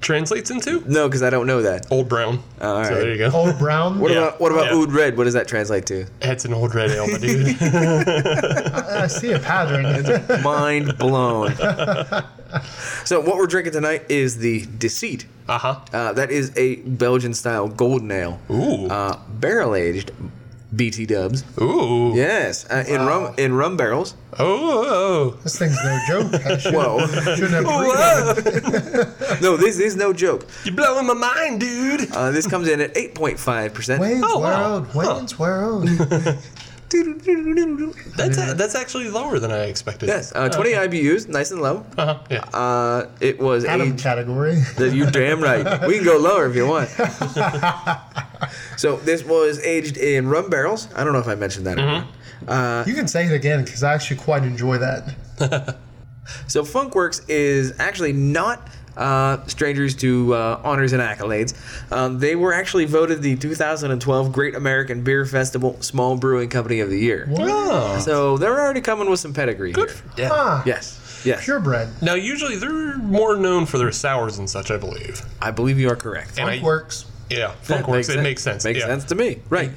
translates into?
No, because I don't know that.
Old Brown.
Oh, all
so
right.
there you go.
old brown.
What
Yeah.
about what about
Yeah.
Oud Red? What does that translate to?
That's an old red ale, my dude.
I see a pattern.
Mind blown. so what we're drinking tonight is the Deceit.
Uh huh.
Uh, that is a Belgian style golden ale,
Ooh.
uh, barrel aged, BT Dubs.
Ooh.
Yes, uh, in rum in rum barrels.
Oh.
this thing's no joke. I should,
Whoa.
shouldn't have pre-
Whoa.
No, this is no joke.
You're blowing my mind, dude.
Uh, this comes in at eight point five percent.
Wayne's
Oh, wow.
World. Wayne's World.
That's a, that's actually lower than I expected.
Yes, uh, twenty IBUs, nice and low.
Uh-huh. Yeah.
Uh, it was
Adam
aged
category.
That you damn right. We can go lower if you want. so this was aged in rum barrels. I don't know if I mentioned that. or not.
Mm-hmm.
You can say it again because I actually quite enjoy that.
So Funkworks is actually not uh, strangers to uh, honors and accolades. Um, they were actually voted the 2012 Great American Beer Festival Small Brewing Company of the Year.
Oh.
So they're already coming with some pedigree.
Good
here.
for
Ah,
Yes. Yes.
purebred.
Now, usually they're more known for their sours and such, I believe.
I believe you are correct.
And I-
works.
Yeah, Funk works. It makes sense.
Makes
yeah.
sense to me. Right.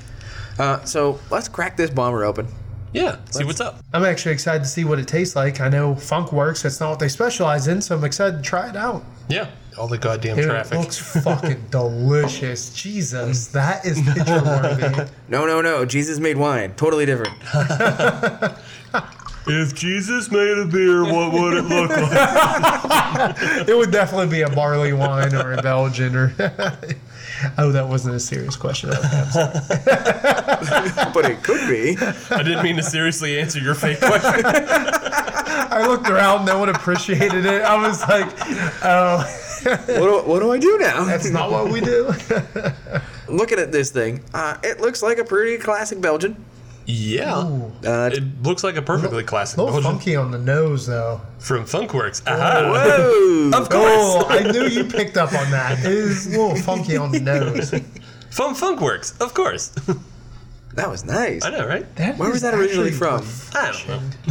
Uh, so let's crack this bomber open.
Yeah. See what's up.
I'm actually excited to see what it tastes like. I know Funk works. That's not what they specialize in, so I'm excited to try it out.
Yeah. All the goddamn
Dude,
traffic.
it looks fucking delicious. Jesus, that is picture worthy.
No, no, no. Jesus made wine. Totally different.
if Jesus made a beer, what would it look like?
It would definitely be a barley wine or a Belgian or. oh, that wasn't a serious question. Okay.
but it could be.
I didn't mean to seriously answer your fake question.
I looked around. No one appreciated it. I was like, oh,
What do, what do I do now?
that's not what we do.
Looking at this thing, uh, it looks like a pretty classic Belgian.
Yeah.
Uh,
It looks like a perfectly
Oh,
classic
a little
Belgian
funky on the nose, though.
from Funkworks.
Oh,
Aha.
whoa!
Of course.
Oh, I knew you picked up on that. It is a little funky on the nose.
From Funkworks. Of course.
that was nice.
I know, right?
Where was
is
that
actually
originally from?
I don't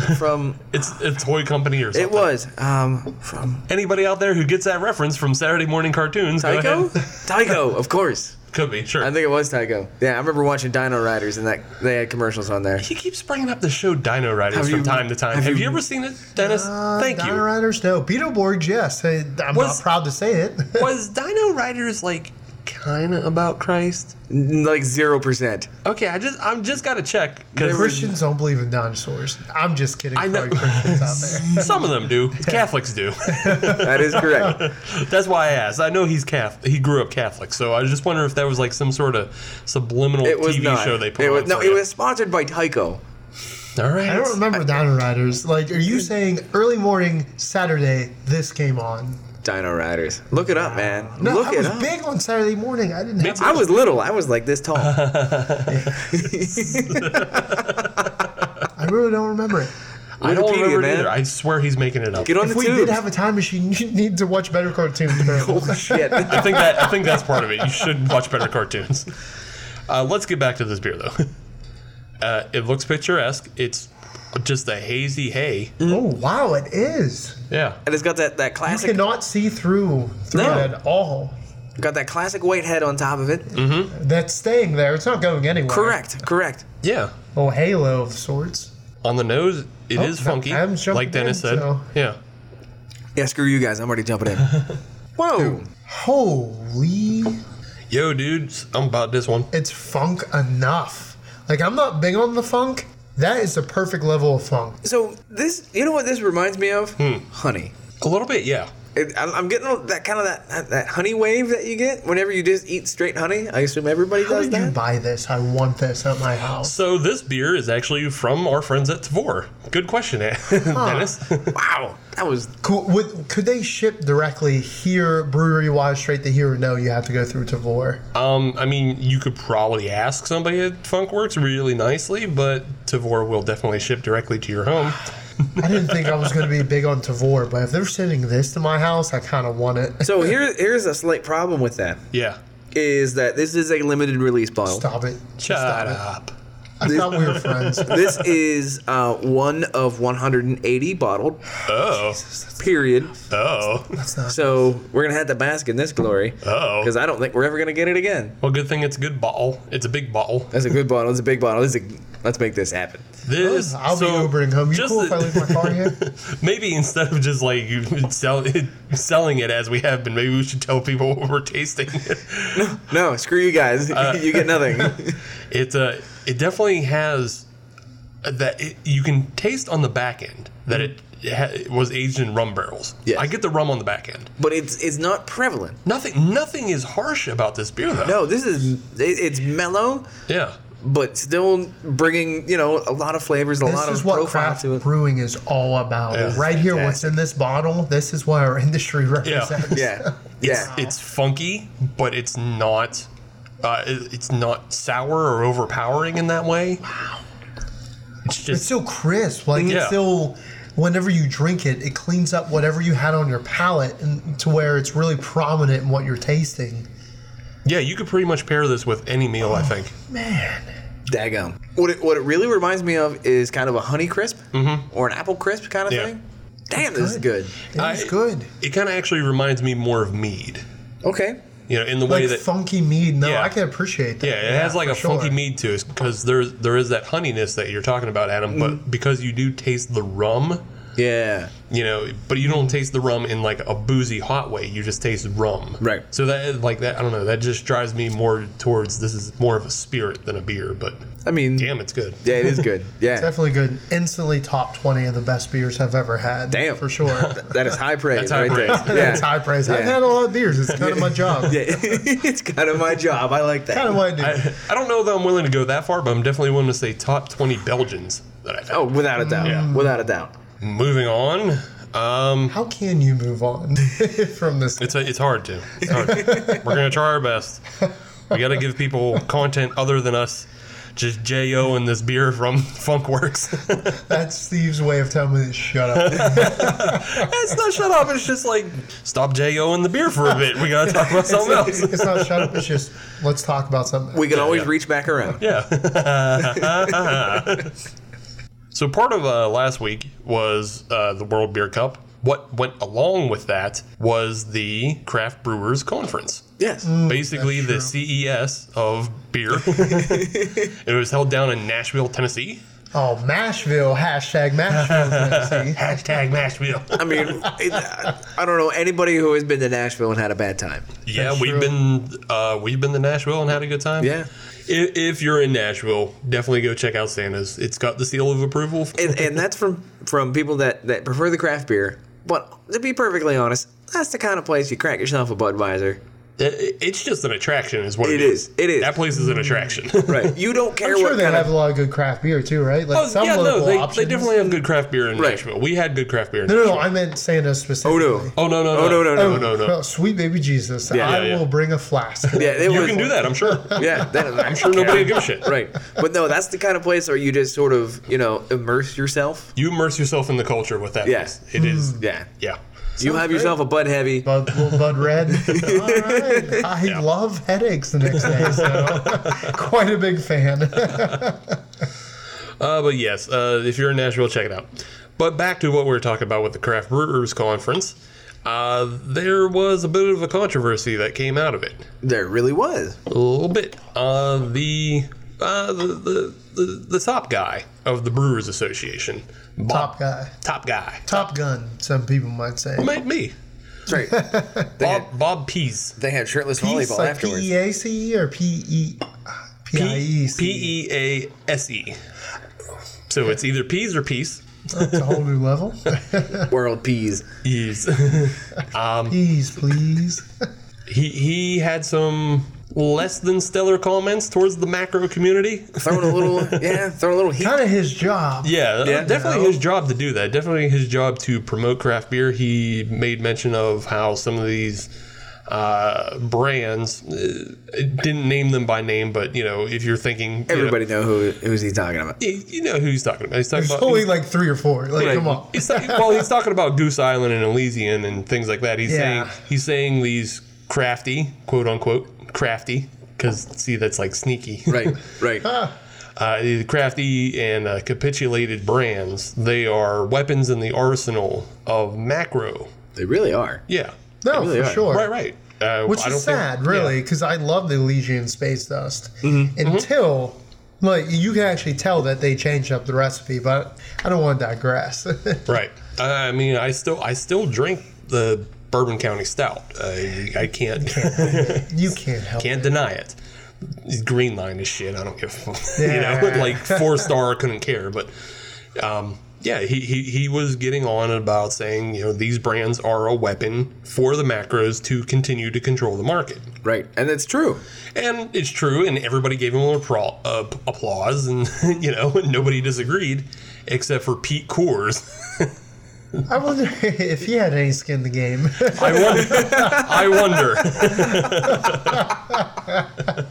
know.
From
It's a toy company or something.
it was um from
Anybody out there who gets that reference from Saturday morning cartoons, go
Tycho.
ahead.
Tycho, of course.
Could be, sure.
I think it was Tycho. Yeah, I remember watching Dino Riders and that they had commercials on there.
he keeps bringing up the show Dino Riders
Have
from
you-
time to time.
have
Have,
you-
you, ever seen it, Dennis?
Uh,
Thank
Dino
you.
Riders, no. Beetleborgs, yes. Hey, I'm
Was-
not proud to say it.
was Dino Riders like kind of about Christ?
N- Like zero percent.
Okay, I just I'm just gotta check because
Christians don't believe in dinosaurs. I'm just kidding. for
I
all
know
you Christians out there.
some of them do. Catholics do.
That is correct.
That's why I asked. I know he's Catholic. He grew up Catholic, so I was just wonder if that was like some sort of subliminal
It was
TV
not.
show they put
it was,
on.
no,
for
it
you.
was sponsored by Tycho.
All right.
I don't remember Dino Riders. Like, are you saying early morning Saturday this came on?
Dino Riders. Look it up, man.
No,
Look
I
it
was
up.
big on Saturday morning. I didn't have.
I was little. I was like this tall.
I really don't remember it.
I don't
Wikipedia,
remember it
man.
either. I swear he's making it up.
Get on
If
the
we
tube.
did have a time machine, you need to watch better cartoons. Barrel.
Holy shit.
I think that I think that's part of it. You should watch better cartoons. Uh, let's get back to this beer though. Uh, it looks picturesque. It's just a hazy hay.
oh wow, it is.
Yeah.
and it's got that, that
You
classic
cannot see through through
No.
it at all.
got that classic white head on top of it.
Mm. That's staying there. It's not going anywhere.
Correct, correct.
Yeah.
Oh, halo of sorts.
on the nose, It is
Oh, no,
funky.
Adam's jumping
like Dennis
in,
said.
so-
Yeah.
Yeah, screw you guys. I'm already jumping in. Whoa.
Holy,
Yo, dudes, I'm about this one.
it's funk enough. Like I'm not big on the funk. That is the perfect level of funk.
So this, you know what this reminds me of?
Hmm.
Honey.
A little bit, yeah.
It, I'm I'm getting that kind of that, that that honey wave that you get whenever you just eat straight honey. I assume everybody
How
does
did you
that.
buy this? I want this at my house.
So this beer is actually from our friends at Tavor. Good question, eh? Dennis.
Wow, that was
Cool. Would, could they ship directly here, brewery wise, straight to here? Or no, you have to go through Tavor.
um, I mean, you could probably ask somebody at Funkworks really nicely, but Tavor will definitely ship directly to your home.
I didn't think I was going to be big on Tavor, but if they're sending this to my house, I kind of want it.
so. Here, here's a slight problem with that
Yeah.
is that this is a limited release bottle.
Stop it.
Shut
Stop it.
up.
I thought we were friends.
This is uh, one of 180 bottled.
Oh.
Period.
Oh.
That's not.
So we're gonna have to bask in this glory
Oh.
because I don't think we're ever gonna get it again.
Well, good thing it's a good bottle. It's a big bottle.
That's a good bottle. It's a big bottle. It's a, let's make this happen.
This.
I'll
so,
be Ubering home. You
just
cool if
the-
I leave my car here?
Maybe instead of just like you sell selling it as we have been, maybe we should tell people what we're tasting.
No, screw you guys.
Uh,
you get nothing.
It uh, it definitely has uh, that it, you can taste on the back end that it, ha- it was aged in rum barrels.
Yes.
I get the rum on the back end.
but it's it's not prevalent.
Nothing nothing is harsh about this beer though.
No, this is it, it's mellow,
Yeah.
but still bringing you know a lot of flavors, a lot
This
of
is what
profile
craft
to it.
brewing is all about.
Yeah.
Right here, what's in this bottle, this is what our industry represents.
Yeah,
It's,
yeah.
it's funky, but it's not uh, it- it's not sour or overpowering in that way. Wow. It's just
It's still crisp. Like,
Yeah.
it's still, whenever you drink it, it cleans up whatever you had on your palate and to where it's really prominent in what you're tasting.
yeah, you could pretty much pair this with any meal, I think.
Daggum. What it, what it really reminds me of is kind of a honey crisp or an apple crisp kind of
Mm-hmm. Yeah.
thing. Damn, this is good.
It's
I-
good.
It kind of actually reminds me more of mead.
Okay.
You know, in the way
Like
that
funky mead. No,
Yeah.
I can appreciate that.
Yeah, it has like
for
a funky
sure.
mead to it because there there is that honeyness that you're talking about, Adam.
Mm.
But because you do taste the rum,
Yeah.
you know, but you don't taste the rum in like a boozy hot way. You just taste rum,
Right.
So that like that, I don't know. That just drives me more towards this is more of a spirit than a beer. But
I mean,
damn, it's good.
yeah, it is good. Yeah.
Definitely good. Instantly top 20 of the best beers I've ever had.
Damn.
For sure.
That is high praise
That's high
right there.
praise.
Yeah.
That's high praise. I've
Yeah.
had a lot of beers. It's kind of my job.
Yeah. it's kind of my job. I like that.
Kind of what I do.
I, I don't know that I'm willing to go that far, but I'm definitely willing to say top 20 Belgians that I've had.
oh, without a doubt.
Yeah.
Without a doubt.
Moving on, um,
How can you move on from this?
It's it's hard to. It's hard. We're gonna try our best. We got to give people content other than us. Just Jo and this beer from Funkworks.
That's Steve's way of telling me to shut up.
it's not shut up. It's just like stop Jo and the beer for a bit. We gotta talk about something else.
it's not shut up. It's just let's talk about something.
We can always
yeah.
reach back around.
Yeah. so part of uh, last week was uh, the World Beer Cup. What went along with that was the Craft Brewers Conference.
Yes.
basically the CES of beer. it was held down in Nashville, Tennessee.
oh, Mashville hashtag Mashville. Tennessee.
Hashtag Nashville.
I mean, it, I don't know anybody who has been to Nashville and had a bad time.
yeah,
That's
we've
true.
been uh, we've been to Nashville and had a good time.
Yeah.
If, if you're in Nashville, definitely go check out Santa's. It's got the seal of approval.
and, and that's from from people that that prefer the craft beer. But to be perfectly honest, that's the kind of place you crack yourself a Budweiser.
It- it's just an attraction, is what
It is. It is.
That place is an attraction.
Right. You don't care
I'm sure
what
they
kind
have a
of.
lot of good craft beer too, right? Like
Oh, yeah, no,
local
they, they
options.
definitely have good craft beer in
Right.
Nashville. We had good craft beer. In
No, no,
Nashville.
no. I meant Santa
Oh
specifically.
no.
Oh no, no, no,
Oh, no, no, no.
no, no, no.
Oh, sweet baby Jesus,
Yeah.
I
Yeah, yeah.
will bring a flask.
Yeah, it
You
was-
can do that, I'm sure.
Yeah, that, I'm
sure nobody would give a shit.
Right, but no, that's the kind of place where you just sort of you know immerse yourself.
You immerse yourself in the culture with that.
Yes.
place. it
Hmm.
is.
Yeah,
Yeah.
you have yourself a Bud Heavy.
Bud, little Bud Red. All right. I love headaches the next day, so quite a big fan.
Uh, but yes, uh, if you're in Nashville, check it out. But back to what we were talking about with the Craft Brewers Conference, uh, there was a bit of a controversy that came out of it.
There really was.
A little bit. Uh, the uh, the, the, the, the top guy of the Brewers Association.
Top
Bob-
guy.
Top guy.
Top Gun, some people might say.
Made me.
That's right. they, had,
Bob, Bob Pease.
they had shirtless
Peace,
volleyball
like E
afterwards.
P-E-A-C-E or E, P-E... P-I-E-C.
P E A S E. So it's either peas or peace.
It's a whole new level.
World peas.
Peas. Um,
Peas, please.
he he had some less than stellar comments towards the macro community.
Throwing a little, yeah, throwing a little heat.
kind of his job.
Yeah,
Yeah.
Uh, definitely
No.
his job to do that. Definitely his job to promote craft beer. He made mention of how some of these uh, brands uh, didn't name them by name, but you know, if you're thinking,
Everybody know who who's he talking about.
you know, you- you know who he's talking about. He's talking
There's
about
only like three or four. Like,
Right.
come on.
He's talking- well, he's talking about Goose Island and Elysian and things like that. He's
Yeah.
saying he's saying these crafty, quote unquote, crafty, because see, that's like sneaky,
Right, right.
uh, the crafty and uh, capitulated brands. They are weapons in the arsenal of macro.
They really are.
Yeah,
No,
really
for
are.
sure.
right, right. Uh,
Which
I don't
is
think-
sad, really, because I love the Legion Space Dust
Mm-hmm.
until. Like you can actually tell that they changed up the recipe, but I don't want to digress.
yeah, right. I mean, I still I still drink the Bourbon County Stout. I, I can't
you can't help.
Can't deny it. These Green line is shit. I don't give a fuck. you know,
Yeah.
like four star couldn't care. But um, yeah, he, he he was getting on about saying, you know, these brands are a weapon for the macros to continue to control the market.
Right, and that's true.
And it's true, and everybody gave him a pro- uh, applause, and you know, nobody disagreed except for Pete Coors.
it. I wonder if he had any skin in the game.
Uh,
I wonder. I wonder.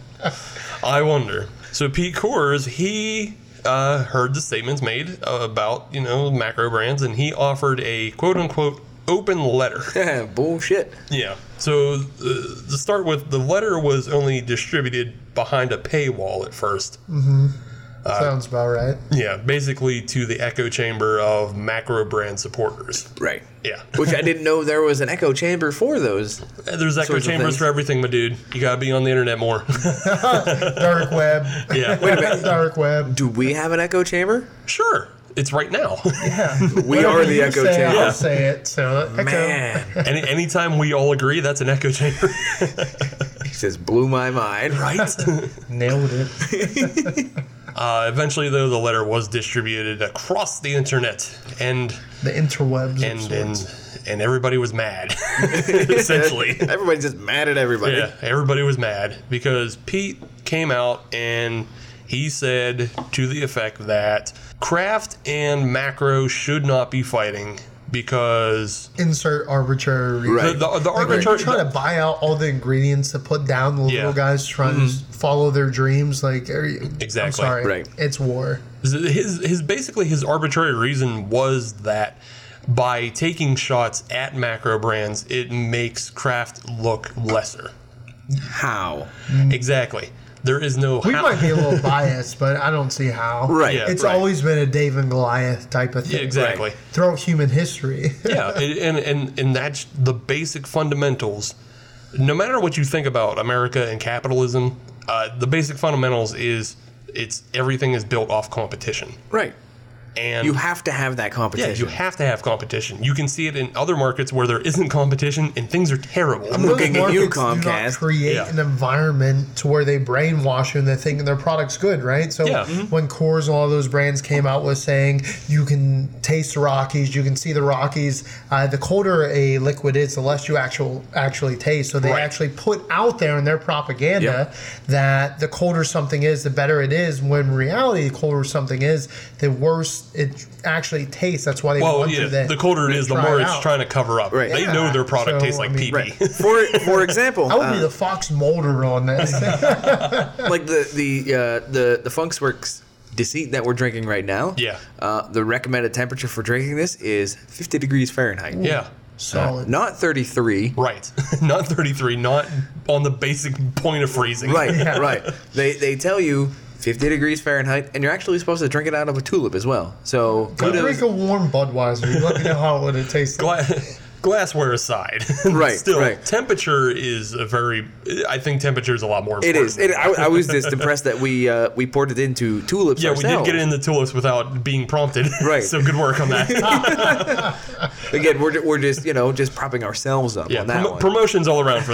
I wonder. So Pete Coors, he uh, heard the statements made about you know macro brands, and he offered a quote unquote open letter.
Bullshit.
yeah. So uh, to start with, the letter was only distributed behind a paywall at first.
Sounds about right.
Yeah, basically to the echo chamber of macro brand supporters.
Right.
Yeah.
Which I didn't know there was an echo chamber for those.
There's echo
Sorts of
chambers
things.
for everything, my dude. You gotta be on the internet more.
Dark web.
yeah.
Wait a minute.
Dark web.
Do we have an echo chamber?
Sure. It's right now.
We
Whatever
are the
you
echo
say, I'll
chamber.
say it. So echo.
Man,
Any anytime we all agree, that's an echo chamber,
he says blew my mind.
right?
nailed it.
uh, eventually, though, the letter was distributed across the internet, and
The interwebs. of
and
sorts.
and, and everybody was mad, essentially.
Everybody's just mad at everybody.
Yeah, everybody was mad because Pete came out and he said to the effect that Kraft and Macro should not be fighting because
Insert arbitrary.
Right.
the, the, the
Like, are
arbitrary.
you trying to buy out all the ingredients to put down the
Yeah. Mm-hmm.
little guys trying to follow their dreams? Like, are you, I'm
Exactly.
sorry,
Right.
It's war.
his his basically his arbitrary reason was that by taking shots at macro brands it makes craft look lesser
How?
exactly there is no
Mm. We
how-
might be a little biased, but I don't see how.
Right.
Yeah.
It's
right.
always been a Dave and Goliath type of
Yeah,
thing.
exactly
Right.
Throughout human history.
yeah and, and and and that's the basic fundamentals no matter what you think about america and capitalism uh, the basic fundamentals is it's everything is built off competition
Right.
and
You have to have that
yeah,
competition.
you have to have competition. You can see it in other markets where there isn't competition and things are terrible.
Looking
Those
at you,
markets do not
Comcast.
create
Yeah.
an environment to where they brainwash you and they think their product's good, right? So
Yeah. Mhm.
when Coors and all those brands came out with saying you can taste the Rockies, you can see the Rockies, uh, the colder a liquid is, the less you actual actually taste. So they
Right.
actually put out there in their propaganda that the colder something is, the better it is. When in reality, the colder something is, the worse it actually tastes. That's why they
Well,
want
yeah,
to then
the colder it is, the
try
more
it
it's
out.
trying to cover up.
Right.
They
Yeah.
know their product
So,
tastes like
I mean-
pee pee.
Right. For for example,
I would
uh,
be the Fox Mulder on this.
like the the uh, the the Funksworks deceit that we're drinking right now.
Yeah.
Uh, the recommended temperature for drinking this is 50 degrees Fahrenheit.
Yeah.
Solid.
Not 33.
Right. not 33, not on the basic point of freezing.
Right, right. They they tell you 50 degrees Fahrenheit, and you're actually supposed to drink it out of a tulip as well. So
Go drink
kudos.
a warm Budweiser. Let me know how it would taste. like.
Glad, glassware aside,
Right,
Still,
right.
temperature is a very. I think temperature is a lot more.
It
important
is. It, I, I was just impressed that we uh, we poured it into tulips.
yeah, we did
ourselves.
get it in the tulips without being prompted.
Right.
so good work on that.
Again, we're, ju- we're just you know just propping ourselves up
yeah,
on that
promo-
one.
promotions all around for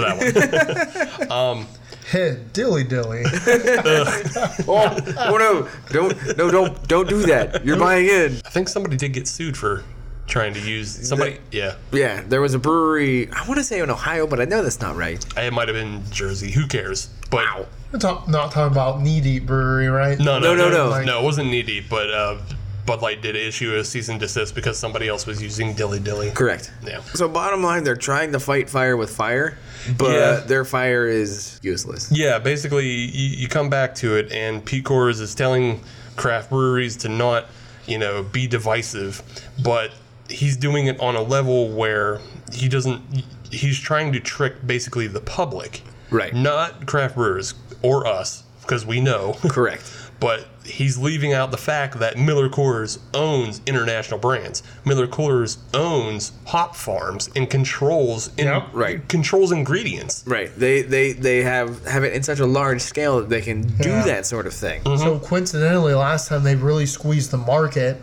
that one.
Hey, dilly dilly.
oh, oh, no, don't no don't don't do that. You're buying in.
I think somebody did get sued for trying to use somebody. yeah,
Yeah, there was a brewery. I want to say in Ohio, but I know that's not right.
it might have been Jersey. Who cares? But
We're talk- not talking about Knee Deep Brewery, right?
no,
No,
no,
no,
no,
no.
no, it wasn't needy. But uh, Bud Light did issue a cease and desist because somebody else was using dilly dilly.
Correct.
Yeah.
So bottom line, they're trying to fight fire with fire, but
Yeah.
their fire is useless.
Yeah, basically, you, you come back to it, and Pete Coors is telling craft breweries to not, you know, be divisive, but he's doing it on a level where he doesn't. He's trying to trick basically the public,
Right.
Not craft brewers or us, because we know,
Correct.
but he's leaving out the fact that Miller Coors owns international brands. Miller Coors owns hop farms and controls in,
right.
controls ingredients.
Right. They they they have have it in such a large scale that they can do
Yeah.
that sort of thing.
So
Mm-hmm.
coincidentally, last time they really squeezed the market,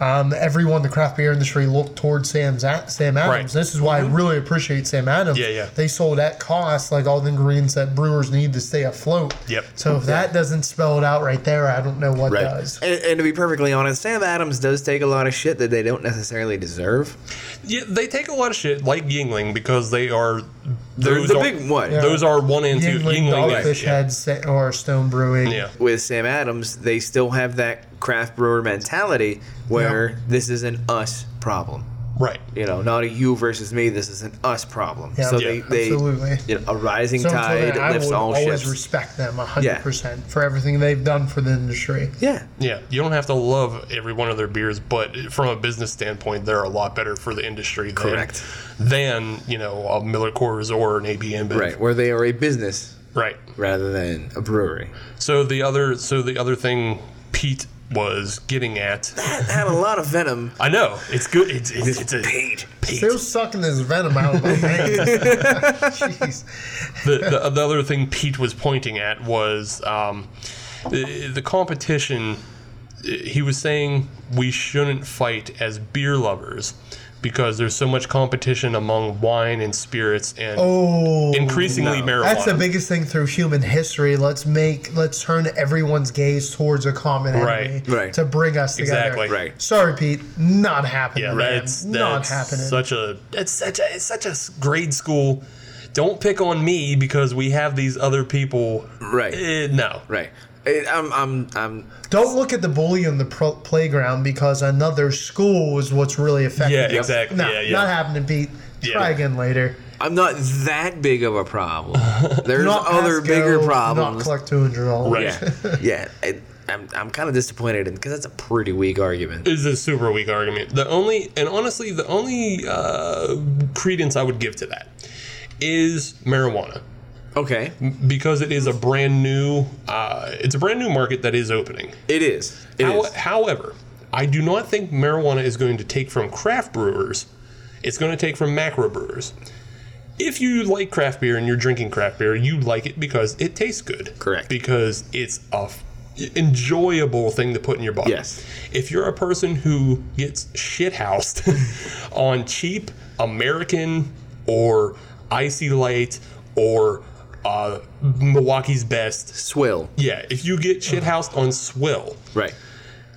um, everyone in the craft beer industry looked towards Sam's at, Sam Adams.
Right. Mm-hmm.
This is why I really appreciate Sam Adams.
Yeah, yeah.
They sold at cost, like all the ingredients that brewers need to stay afloat.
Yep.
So if that doesn't spell it out right there, I don't know what
Right.
does.
And, and to be perfectly honest, Sam Adams does take a lot of shit that they don't necessarily deserve.
Yeah, they take a lot of shit, like Yingling, because they are
They're
those
the
are-
big one.
Those are one and two.
Yingling, Dogfish
yeah.
Head, Sa- or Stone Brewing.
yeah,
With Sam Adams, they still have that craft brewer mentality where this is an us problem.
right.
You know, not a you versus me. This is an us problem.
Yeah.
So
Yeah.
they, they
Absolutely.
You know, a rising
So until
tide
then, I
lifts
would
all
always
ships.
respect them 100% for everything they've done for the industry.
yeah,
Yeah, you don't have to love every one of their beers, but from a business standpoint, they're a lot better for the industry. Than,
Correct.
Than you know a Miller Coors or an AB InBev.
right. Where they are a business
Right.
rather than a brewery.
So the other so the other thing Pete was getting at.
Had a lot of venom.
I know it's good. It's it's, it's a
Pete.
Pete.
Still sucking this venom out of my veins. Jeez.
the, the, the other thing Pete was pointing at was um, the, the competition. He was saying we shouldn't fight as beer lovers because there's so much competition among wine and spirits and
Oh,
increasingly marijuana.
That's the biggest thing through human history. Let's make let's turn everyone's gaze towards a common enemy
Right.
Right.
to bring us together.
Exactly.
Right.
Sorry, Pete. Not happening.
Yeah,
man.
that's, that's
not happening.
Such a it's such a it's such a s- grade school. Don't pick on me because we have these other people.
Right.
Eh, no.
Right. It, I'm. I'm. I'm.
Don't look at the bully on the pro- playground because another school is what's really affecting.
Yeah.
you.
Exactly.
No,
yeah. Yeah.
not happening, Pete. Try
Yeah.
again later.
I'm not that big of a problem. There's
Not
other
Pasco,
bigger
Not
problems.
collect two hundred dollars.
Right.
Yeah, yeah. I, I'm, I'm kind of disappointed in because that's a pretty weak argument.
is a super weak argument. The only and honestly, the only uh, credence I would give to that is marijuana
Okay,
because it is a brand new uh, it's a brand new market that is opening.
it is. It
How-
is.
However, I do not think marijuana is going to take from craft brewers. It's going to take from macro brewers. If you like craft beer and you're drinking craft beer, you like it because it tastes good.
Correct.
Because it's a f- enjoyable thing to put in your body.
Yes.
If you're a person who gets shithoused on cheap American or Icy Light or uh, Milwaukee's Best,
Swill.
yeah, if you get shithoused on Swill,
Right.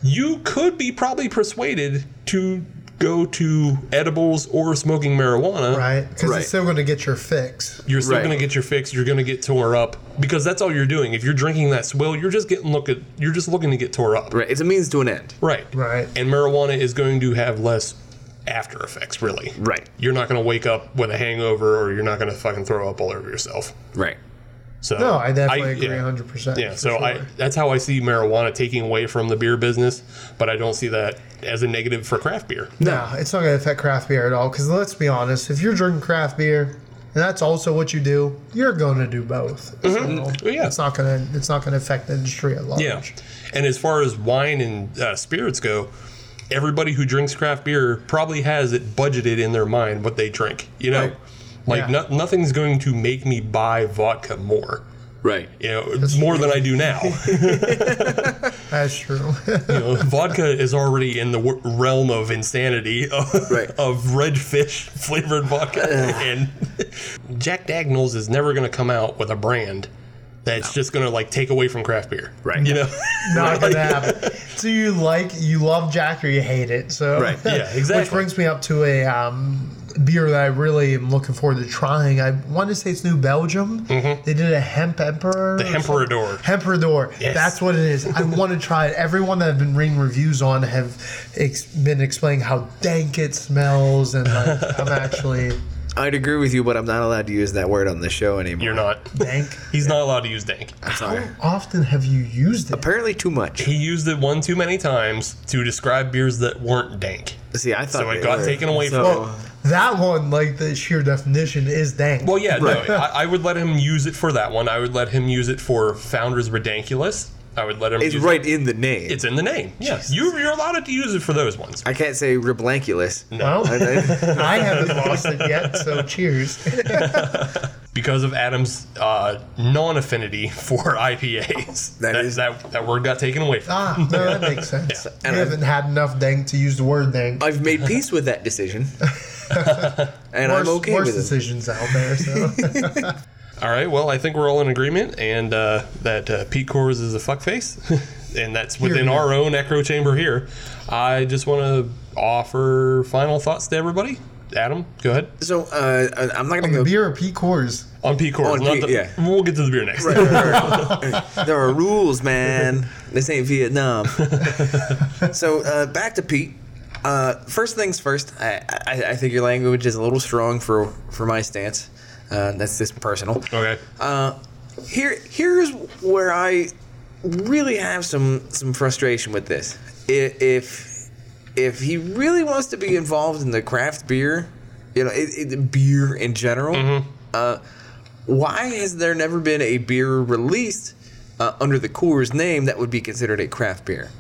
you could be probably persuaded to go to edibles or smoking marijuana.
Right. Because
Right.
it's still going to get your fix.
You're still
Right.
gonna get your fix. You're gonna get tore up because that's all you're doing. If you're drinking that swill, you're just getting look at. You're just looking to get tore up.
Right. It's a means to an end.
Right.
Right.
And marijuana is going to have less after effects. Really.
Right.
You're not gonna wake up with a hangover, or you're not gonna fucking throw up all over yourself.
Right.
So
No, I definitely agree,
yeah.
hundred percent.
Yeah, so I that's how I see marijuana taking away from the beer business, but I don't see that as a negative for craft beer.
No, it's not going to affect craft beer at all. Because let's be honest, if you're drinking craft beer, and that's also what you do, you're going to do both. So
Mm-hmm. Yeah.
it's not going to it's not going to affect the industry at large.
Yeah, and as far as wine and uh, spirits go, everybody who drinks craft beer probably has it budgeted in their mind what they drink. You know,
Right.
like
Yeah.
no, nothing's going to make me buy vodka more.
Right.
You know, more than I do now. you
That's true.
know, vodka is already in the w- realm of insanity of,
Right.
of red fish flavored vodka, and Jack Daniels is never going to come out with a brand that's just going to like take away from craft beer.
Right.
You know.
Not gonna happen. So you like you love Jack or you hate it. So
Right, yeah,
Which
exactly.
brings me up to a um, beer that I really am looking forward to trying. I want to say it's New Belgium. They did a hemp emperor.
Mm-hmm. The Emperador.
Hemperador.
Yes.
That's what it is. I want to try it. Everyone that I've been reading reviews on have ex- been explaining how dank it smells, and like, I'm actually
I'd agree with you, but I'm not allowed to use that word on the show anymore.
You're not.
dank.
He's not allowed to use dank.
I'm sorry.
Often have you used it?
Apparently, too much.
He used it one too many times to describe beers that weren't dank.
See, I thought
So it
they
got
were.
taken away
So-
from
Well, that one, like the sheer definition, is dank.
Well, yeah,
Right.
no, I, I would let him use it for that one. I would let him use it for Founders Ridiculous. I would let him.
It's
use
right
It.
in the name.
It's in the name. Yes, you, you're allowed to use it for those ones.
I can't say riblanculous.
Well, I haven't lost it yet, so cheers.
because of Adam's uh, non-affinity for IPAs.
That
that,
is-
that that word got taken away from. him.
ah, no, that makes sense.
And
we
I-
haven't had enough dank to use the word dank.
I've made peace with that decision, and
Worse,
I'm okay
worse
with it.
decisions out there. So.
All right. Well, I think we're all in agreement, and uh, that uh, Pete Kors is a fuckface, and that's within
Here, here.
our own echo chamber here. I just want to offer final thoughts to everybody. Adam, go ahead
So uh, I- I'm not gonna go.
Beer or P cores.
on Pete Kors.
On
not
Pete,
the-
yeah.
We'll get to the beer next.
there are rules, man. This ain't Vietnam. so uh, back to Pete. Uh, first things first. I, I, I think your language is a little strong for for my stance. Uh, that's just personal.
Okay.
Uh, here here's where I really have some some frustration with this. I- If if he really wants to be involved in the craft beer, you know, it, it, beer in general, uh, why has there never been a beer released uh, under the Coors name that would be considered a craft beer?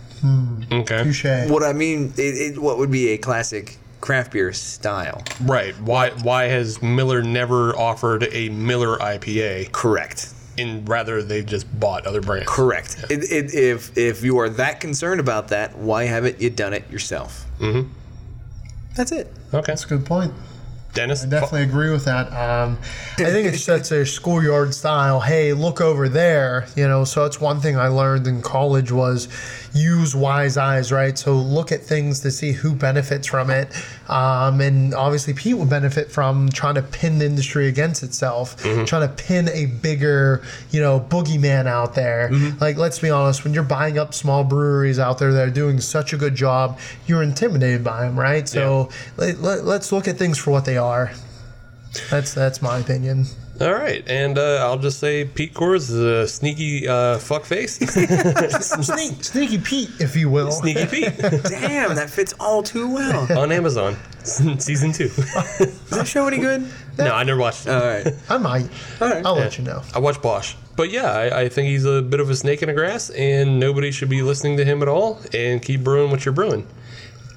Okay.
Touche.
What I mean, it, it, what would be a classic craft beer style?
Right. Why why has Miller never offered a Miller IPA?
Correct.
And rather, they've just bought other brands.
Correct. It, it, if if you are that concerned about that, why haven't you done it yourself? Mm-hmm. That's it.
Okay.
That's a good point.
Dennis.
I definitely agree with that. Um, I think it's that's a schoolyard style. Hey, look over there. You know, so that's one thing I learned in college was use wise eyes, right? So look at things to see who benefits from it, um, and obviously Pete would benefit from trying to pin the industry against itself, trying to pin a bigger, you know, boogeyman out there. Like, let's be honest, when you're buying up small breweries out there that are doing such a good job, you're intimidated by them, right? So let, let, let's look at things for what they are. That's that's my opinion.
All right, and uh, I'll just say Pete Kors is a sneaky uh, fuckface,
Sneak.
Sneaky Pete, if you will.
sneaky Pete
Damn, that fits all too well.
on Amazon, season two.
Is that show any good?
no, I never watched. It.
All right.
I might.
All right.
I'll let you know.
I watched Bosch, but yeah, I, I think he's a bit of a snake in the grass, and nobody should be listening to him at all. And keep brewing what you're brewing,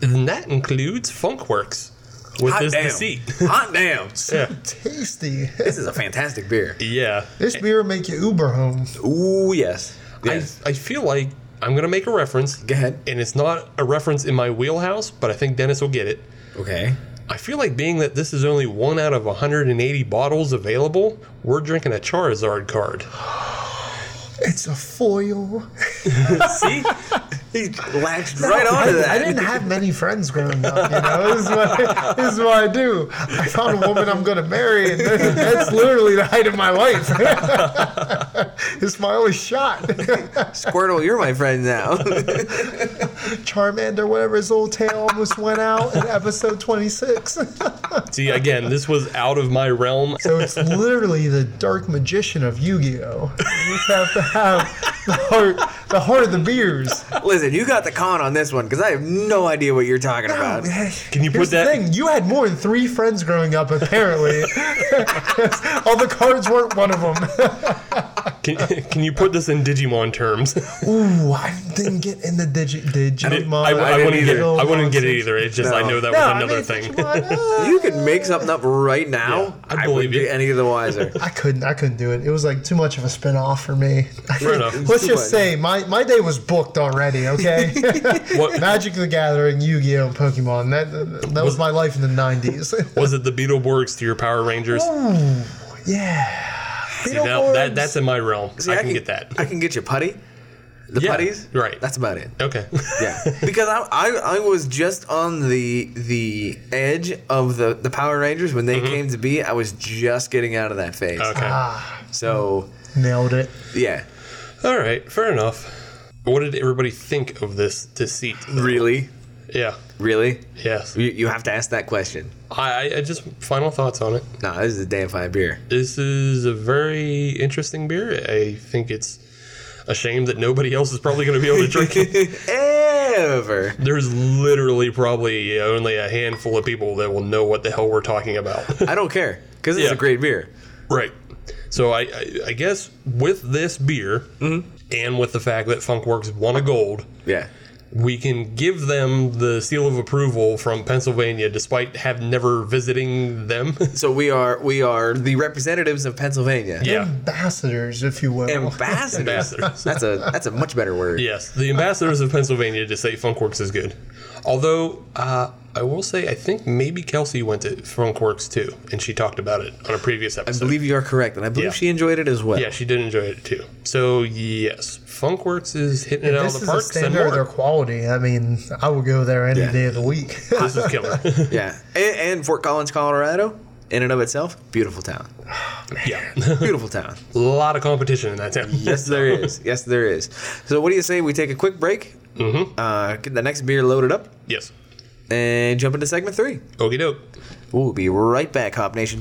and that includes Funkworks with
Hot
this
damn.
deceit.
Hot damn.
Yeah,
Tasty.
This is a fantastic beer.
yeah.
this beer make you Uber home.
Ooh, yes.
I,
Yes.
I feel like I'm gonna make a reference.
Go ahead.
And it's not a reference in my wheelhouse, but I think Dennis will get it.
Okay.
I feel like being that this is only one out of 180 bottles available, we're drinking a Charizard card.
It's a foil.
See? He latched right onto that.
I, I didn't have many friends growing up. You know, this is, what, this is what I do. I found a woman I'm going to marry, and that- that's literally the height of my life. it's my only shot.
Squirtle, you're my friend now.
Charmander, whatever his old tail almost went out in episode 26.
See, again, this was out of my realm.
so it's literally the dark magician of Yu-Gi-Oh. You just have to have the heart, the heart of the beers.
Listen, you got the con on this one because I have no idea what you're talking about.
Can you
Here's
put
the
that?
thing: you had more than three friends growing up, apparently. All the cards weren't one of them.
Can, can you put this in Digimon terms?
Ooh, I didn't get in the digi- Digimon.
I, I,
didn't
wouldn't get.
either.
I wouldn't get it either. It's just I
No.
know that
No,
was
I
another
mean,
thing.
Digimon, uh,
You could make something up right now.
Yeah, I
I,
believe
wouldn't be
you.
any of the wiser.
I couldn't. I couldn't do it. It was like too much of a spin off for me.
Fair enough.
Let's
Too much.
just say my, my day was booked already. Okay,
What
Magic the Gathering, Yu Gi Oh, and Pokemon. That that was my life in the nineties.
was it? The Beetleborgs to your Power Rangers?
yeah,
See, now, that, that's in my realm.
See,
I, can get that.
I can get you putty. The
Yeah,
putties.
right.
That's about it.
okay.
Yeah. because I, I I was just on the the edge of the the Power Rangers when they came to be. I was just getting out of that phase.
Mm-hmm. Okay.
Ah.
So
nailed it.
yeah.
All right. Fair enough. What did everybody think of this deceit?
Really?
Yeah.
Really?
Yes.
You, you have to ask that question.
I, I- I just final thoughts on it.
No, this is a damn fine beer.
This is a very interesting beer. I think it's a shame that nobody else is probably going to be able to drink it.
Ever.
There's literally probably only a handful of people that will know what the hell we're talking about.
I don't care because it's
Yeah.
a great beer.
right. So I, I, I guess with this beer and with the fact that Funkworks won a gold,
Yeah.
we can give them the seal of approval from Pennsylvania, despite have never visiting them.
So we are we are the representatives of Pennsylvania.
yeah.
Ambassadors, if you will.
Ambassadors.
Ambassadors.
That's a that's a much better word.
Yes, the ambassadors of Pennsylvania to say Funkworks is good. Although uh, I will say, I think maybe Kelsey went to Funkworks too, and she talked about it on a previous
I
episode.
believe you are correct, and I believe
Yeah.
she enjoyed it as well.
Yeah, she did enjoy it too. So yes, Funkworks is hitting it out
this
of the
is
park.
a
Send
standard of their
more.
quality. I mean, I will go there any
Yeah.
day of the week.
This is killer.
Yeah. And, and Fort Collins, Colorado, in and of itself, beautiful town.
yeah,
Beautiful town.
a lot of competition in that town.
Yes, there is. Yes, there is. So, what do you say we take a quick break? Mm-hmm. Uh, get the next beer loaded up
yes.
and jump into segment three.
Okie doke.
We'll be right back, Hop Nation.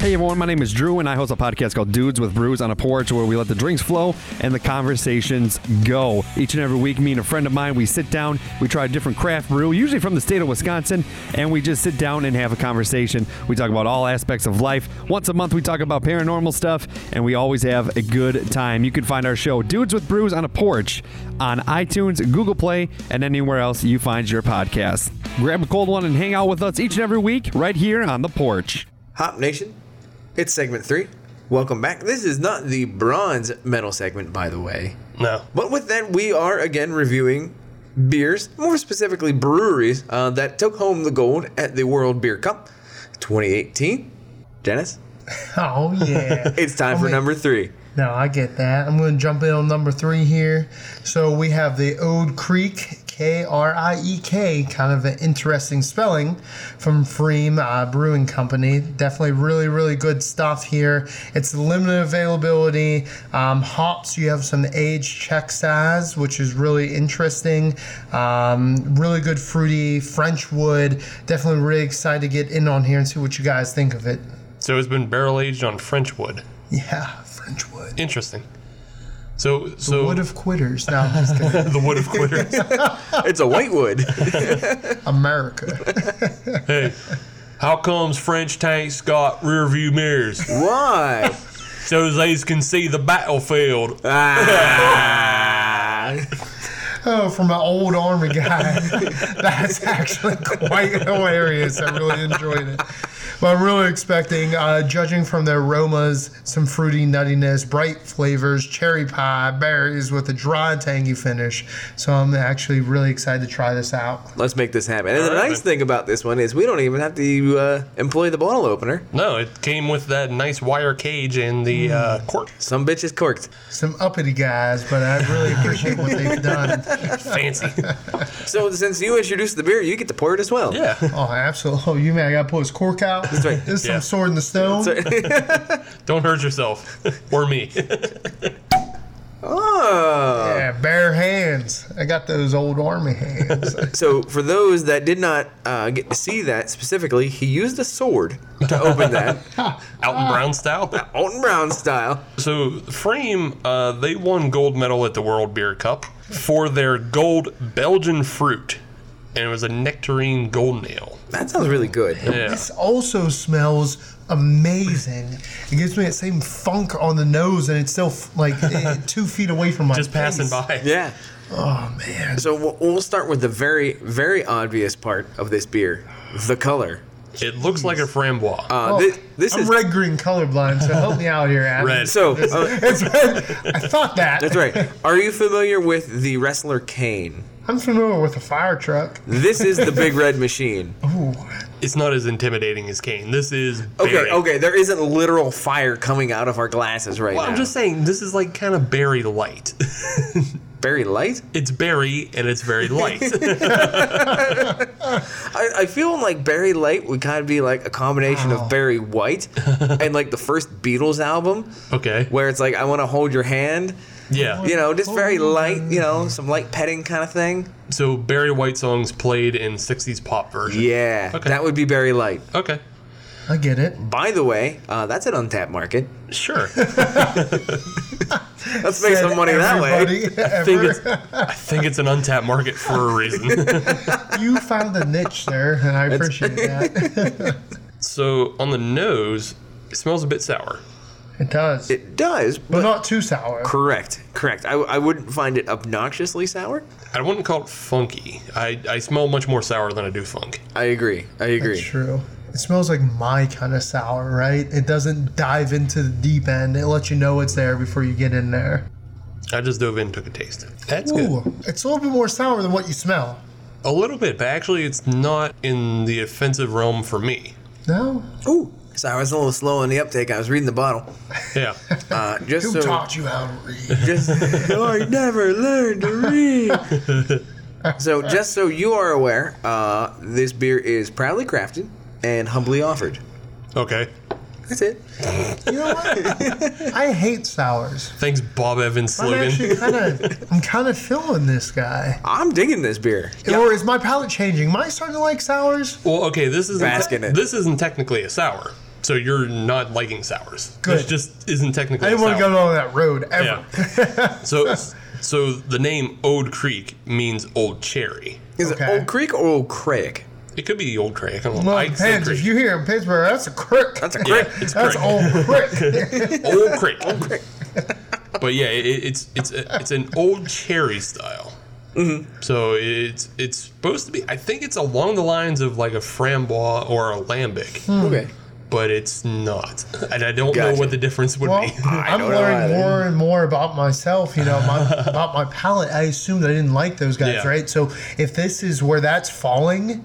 Hey everyone, my name is Drew, and I host a podcast called Dudes with Brews on a Porch, where we let the drinks flow and the conversations go. Each and every week, me and a friend of mine, we sit down, we try a different craft brew, usually from the state of Wisconsin, and we just sit down and have a conversation. We talk about all aspects of life. Once a month, we talk about paranormal stuff, and we always have a good time. You can find our show, Dudes with Brews on a Porch, on iTunes, Google Play, and anywhere else you find your podcast. Grab a cold one and hang out with us each and every week right here on the porch.
Hop Nation, it's segment three. Welcome back. This is not the bronze medal segment, by the way.
No.
But with that, we are again reviewing beers, more specifically breweries, uh, that took home the gold at the World Beer Cup 2018. Dennis,
oh yeah.
it's time for
Only-
number three.
No, I get that. I'm going to jump in on number three here. So we have the Ode Creek, K R I E K, kind of an interesting spelling from Freem uh, Brewing Company. Definitely really, really good stuff here. It's limited availability. Um, hops, you have some age check size, which is really interesting. Um, really good fruity French wood. Definitely really excited to get in on here and see what you guys think of it.
So it's been barrel aged on French wood.
Yeah, French wood.
Interesting. So so
Wood of quitters. No, I'm just kidding.
the wood of quitters.
It's a whitewood.
America.
hey, how comes French tanks got rear view mirrors
Why?
so they can see the battlefield?
Ah.
Oh, from an old army guy. That's actually quite hilarious. I really enjoyed it. But I'm really expecting, uh, judging from their aromas, some fruity nuttiness, bright flavors, cherry pie, berries with a dry, tangy finish. So I'm actually really excited to try this out.
Let's make this happen. And the
right,
nice
then.
thing about this one is we don't even have to uh, employ the bottle opener.
No, it came with that nice wire cage and the
Hmm.
uh, cork.
Some bitch is corked.
Some uppity guys, but I really appreciate what they've done.
Fancy.
So since you introduced the beer, you get to pour it as well.
Yeah.
Oh, absolutely. Oh, you man, I got to pull his cork out. That's
right.
This is
Yeah.
some sword in the stone.
So-
Don't hurt yourself or me.
oh.
Yeah, bare hands. I got those old army hands.
So for those that did not uh, get to see that specifically, he used a sword to open that,
Out
Ah.
in Brown style.
Alton Brown style.
So Frame, uh, they won gold medal at the World Beer Cup for their gold Belgian fruit, and it was a nectarine gold nail.
That sounds really good.
Yeah.
This also smells amazing. It gives me that same funk on the nose, and it's still f- like eh, two feet away from my
Just passing
face.
by.
Yeah.
Oh man,
So we'll- we'll start with the very, very obvious part of this beer the color.
It looks like a framboise.
Uh, thi- this
I'm
is.
red green colorblind, so help me out here, Adam.
Red.
So, uh,
It's red. I thought that.
that's right. Are you familiar with the wrestler Kane?
I'm familiar with a fire truck.
This is the big red machine.
Ooh,
it's not as intimidating as Kane. This is
Okay,
berry.
okay, there isn't literal fire coming out of our glasses right
Well,
now.
I'm just saying this is like kind of berry light.
very light.
it's berry and it's very light.
I, I feel like Barry Light would kind of be like a combination of Barry White and like the first Beatles album,
okay.
where it's like I want to hold your hand,
Yeah.
you know, just very
Oh.
light, you know, some light petting kind of thing.
So Barry White songs played in 60s pop version.
Yeah,
Okay.
that would be Barry Light.
Okay.
I get it.
By the way, uh, that's an untapped market.
Sure.
Let's make some money that way.
Everybody
I think
ever.
it's I think it's an untapped market for a reason.
You found a niche there, and I appreciate that.
so on the nose, it smells a bit sour.
It does,
It does, but
but not too sour.
correct, correct. I, I wouldn't find it obnoxiously sour.
I wouldn't call it funky. I, I smell much more sour than I do funk.
I agree. I agree.
That's true. It smells like my kind of sour, right? It doesn't dive into the deep end. It lets you know it's there before you get in there.
I just dove in and took a taste. That's
Ooh,
good.
it's a little bit more sour than what you smell.
A little bit, but actually it's not in the offensive realm for me.
No?
Ooh, sorry, I was a little slow on the uptake. I was reading the bottle.
Yeah.
Uh, just
Who
so,
taught you how to read?
just Oh, I never learned to read. so, just so you are aware, uh, this beer is proudly crafted and humbly offered.
Okay.
That's it.
You know what? I hate sours.
Thanks, Bob Evans
I'm
slogan.
actually kind of, I'm kind of feeling this guy.
I'm digging this beer.
Or is my palate changing? Am I starting to like sours?
Well, okay, this isn't
Bask in it.
this isn't technically a sour, so you're not liking sours. This
Good.
just isn't technically.
I didn't
a
want to
sour.
go down that road ever.
Yeah. so, so the name Old Creek means Old Cherry.
Is
Okay.
it Old Creek or Old Craig?
It could be Old Creek. I don't know.
Well, it
I'd say
depends. If
Creek.
you hear in Pittsburgh, that's a crick.
That's a
yeah,
Craig.
it's
That's
Creek.
old crick.
Old Creek. but yeah, it, it's it's it's an Old Cherry style. Mm-hmm. So it's it's supposed to be. I think it's along the lines of like a framboise or a lambic.
Hmm.
Okay.
but it's not. And I don't know
Gotcha.
what the difference would
Well,
be.
I'm
don't know either.
learning more and more about myself, you know, my, about my palate. I assumed I didn't like those guys,
Yeah.
right? So if this is where that's falling,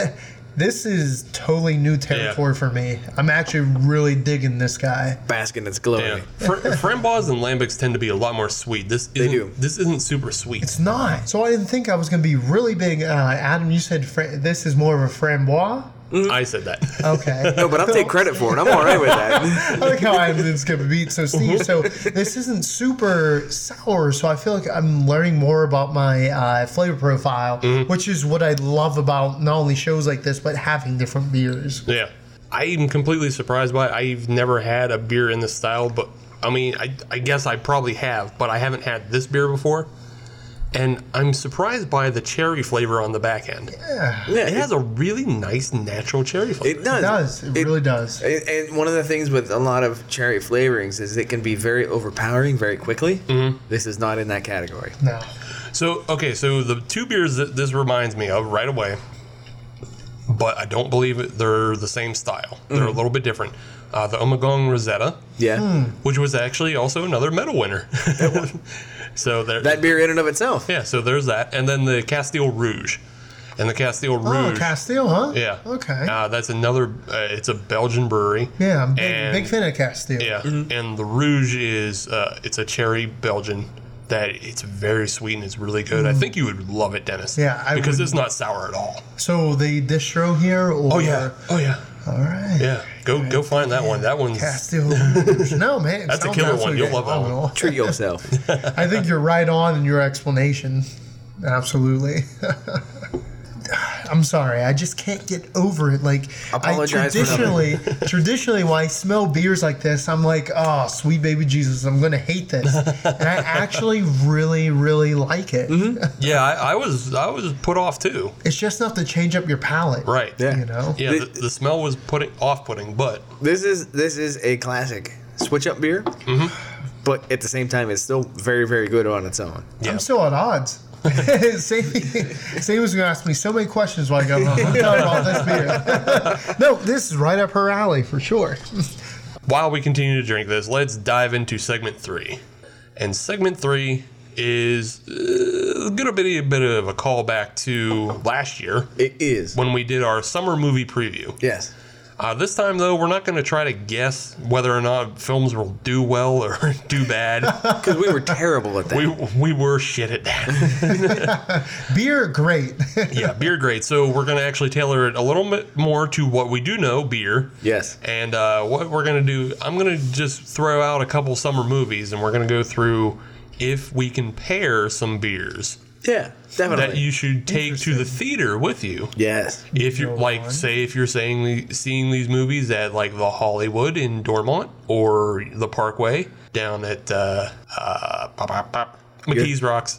this is totally new territory for me. I'm actually really digging this guy.
Basking its glory.
Yeah. Fr- Framboise and lambics tend to be a lot more sweet. This isn't,
do.
This isn't super sweet.
It's not. So I didn't think I was going to be really big. Uh, Adam, you said fra- this is more of a framboise?
I said that.
Okay.
No, but I'll take credit for it. I'm all right with that.
I like how I'm just gonna beat so Steve. So this isn't super sour. So I feel like I'm learning more about my uh, flavor profile,
Mm-hmm.
which is what I love about not only shows like this but having different beers.
yeah. I'm completely surprised by it. I've never had a beer in this style, but I mean, I, I guess I probably have, but I haven't had this beer before. And I'm surprised by the cherry flavor on the back end.
Yeah,
It has a really nice natural cherry flavor.
It does.
It does. It, really does.
And, and one of the things with a lot of cherry flavorings is it can be very overpowering very quickly. This is not in that category.
no.
So okay, so the two beers that this reminds me of right away, but I don't believe it, they're the same style. They're a little bit different. Uh, the Omagong Rosetta,
Yeah.
Hmm.
which was actually also another medal winner. so there,
That beer in and of itself.
yeah, so there's that, and then the Castile Rouge, and the Castile
Oh,
Rouge.
Castile, huh?
yeah.
Okay.
Uh, that's another. Uh, it's a Belgian brewery.
yeah, I'm big,
and-
big fan of Castile.
Yeah, and the Rouge is uh, it's a cherry Belgian that it's very sweet and it's really good. I think you would love it, Dennis.
Mm. Yeah, I
because
would.
it's not sour at all.
So the distro here, or
oh yeah,
all right,
yeah. Go go find that one. That one's
Castile. no man, it
That's a
sounds
killer one.
absolutely
You'll love that one.
phenomenal.
Treat yourself.
I think you're right on in your explanation. Absolutely. I'm sorry. I just can't get over it. Like I
Apologize for
traditionally, traditionally when I smell beers like this, I'm like, oh, sweet baby Jesus, I'm gonna hate this. and I actually really, really like it.
Mm-hmm.
Yeah, I, I was I was put off too.
It's just enough to change up your palate,
Right.
Yeah.
You know.
Yeah, the, the smell was putting off putting, but
This is this is a classic switch up beer,
Mm-hmm.
but at the same time, it's still very very good on its own.
yeah.
I'm still at odds. Sam, Sam was going to ask me so many questions while I got home. I'm talking about this beer. no, this is right up her alley for sure.
While we continue to drink this, let's dive into segment three. And segment three is uh, gonna be a bit of a callback to last year
It is.
when we did our summer movie preview.
Yes.
Uh, this time, though, we're not going to try to guess whether or not films will do well or do bad.
Because we were terrible at that.
we we were shit at that.
Beer, great.
yeah, beer great. So we're going to actually tailor it a little bit more to what we do know, beer.
yes.
And uh, what we're going to do, I'm going to just throw out a couple summer movies, and we're going to go through if we can pair some beers
Yeah. Definitely.
that you should take to the theater with you.
yes.
If you like,
on.
say, if you're saying the- seeing these movies at like the Hollywood in Dormont or the Parkway down at uh, uh, pop, pop, pop, McKees Rocks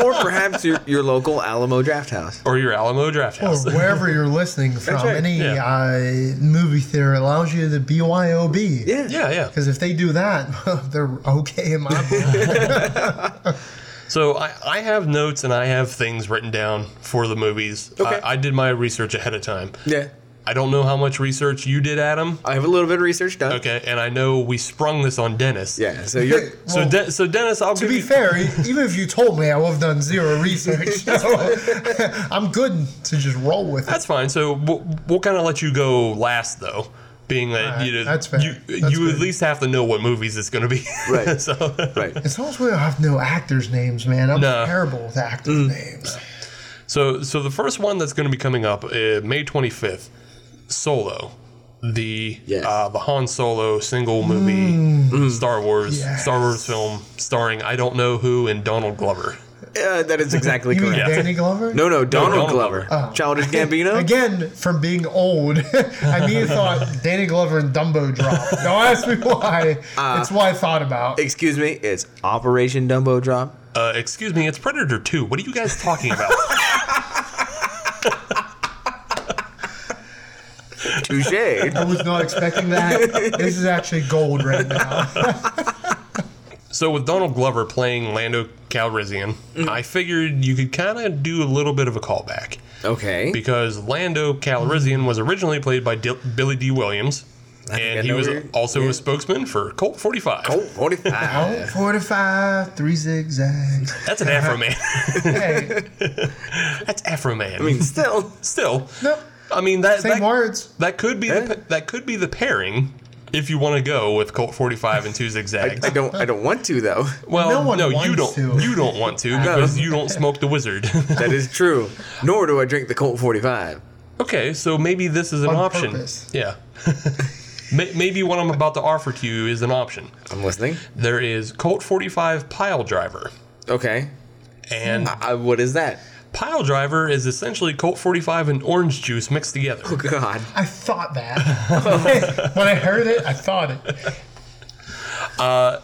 Or perhaps your, your local Alamo Draft House.
or your Alamo Draft
or
House.
wherever you're listening from,
right,
any
yeah.
uh, movie theater allows you to BYOB.
Yeah.
yeah, yeah.
Because if they do that, they're okay in my book.
So I, I have notes and I have things written down for the movies. Uh,
Okay.
I, I did my research ahead of time.
Yeah.
I don't know how much research you did, Adam.
I have a little bit of research done.
Okay, and I know we sprung this on Dennis.
Yeah. So you're.
So,
Well,
De- so Dennis, I'll
to
give
be
you-
fair, e- even if you told me, I would have done zero research. So I'm good to just roll with it.
That's fine. So we'll, we'll kind of let you go last, though, being that
right,
you know,
that's fair.
you,
That's
you at
good.
least have to know what movies it's going to be.
Right.
so
Right.
It's almost we don't have no actors' names, man. I'm
No.
terrible with actors'
Mm.
names.
so so the first one that's going to be coming up uh, May 25th, Solo, the
Yes.
uh, the Han Solo single movie, Star Wars
Mm. yes.
Star Wars film starring I don't know who and Donald Glover.
Uh, that is exactly
You mean
correct.
Danny Glover?
No, no, Donald,
Donald
Glover. Childish Gambino.
Again, from being old, I mean, thought Danny Glover and Dumbo drop. Don't ask me why.
Uh,
it's what I thought about.
Excuse me, it's Operation Dumbo Drop.
Uh, excuse me, it's Predator 2. What are you guys talking about?
Touche.
I was not expecting that. This is actually gold right now.
So with Donald Glover playing Lando Calrissian,
Mm-hmm.
I figured you could kind of do a little bit of a callback
okay.
because Lando Calrissian was originally played by Dil Billy D. Williams,
I
and he
know
was
who-
also a spokesman for Colt 45.
Oh, 45.
Oh, four to five, three zigzags.
That's an Afro man.
Hey,
That's Afro man.
I mean, still.
still,
no,
I mean that
same
that,
words.
that could be the, pa- that could be the pairing if you want to go with Colt 45 and two zigzags.
I don't. I don't want to though.
well,
No one
you
wants
don't.
to.
You don't want to because you don't smoke the wizard.
That is true. Nor do I drink the Colt 45.
Okay, so maybe this is an
On
option.
purpose.
Yeah. May- maybe what I'm about to offer to you is an option.
I'm listening.
There is Colt 45 Pile Driver.
Okay.
And
I, what is that?
Pile Driver is essentially Colt 45 and orange juice mixed together.
Oh God.
I thought that. when I heard it, I thought it.
I,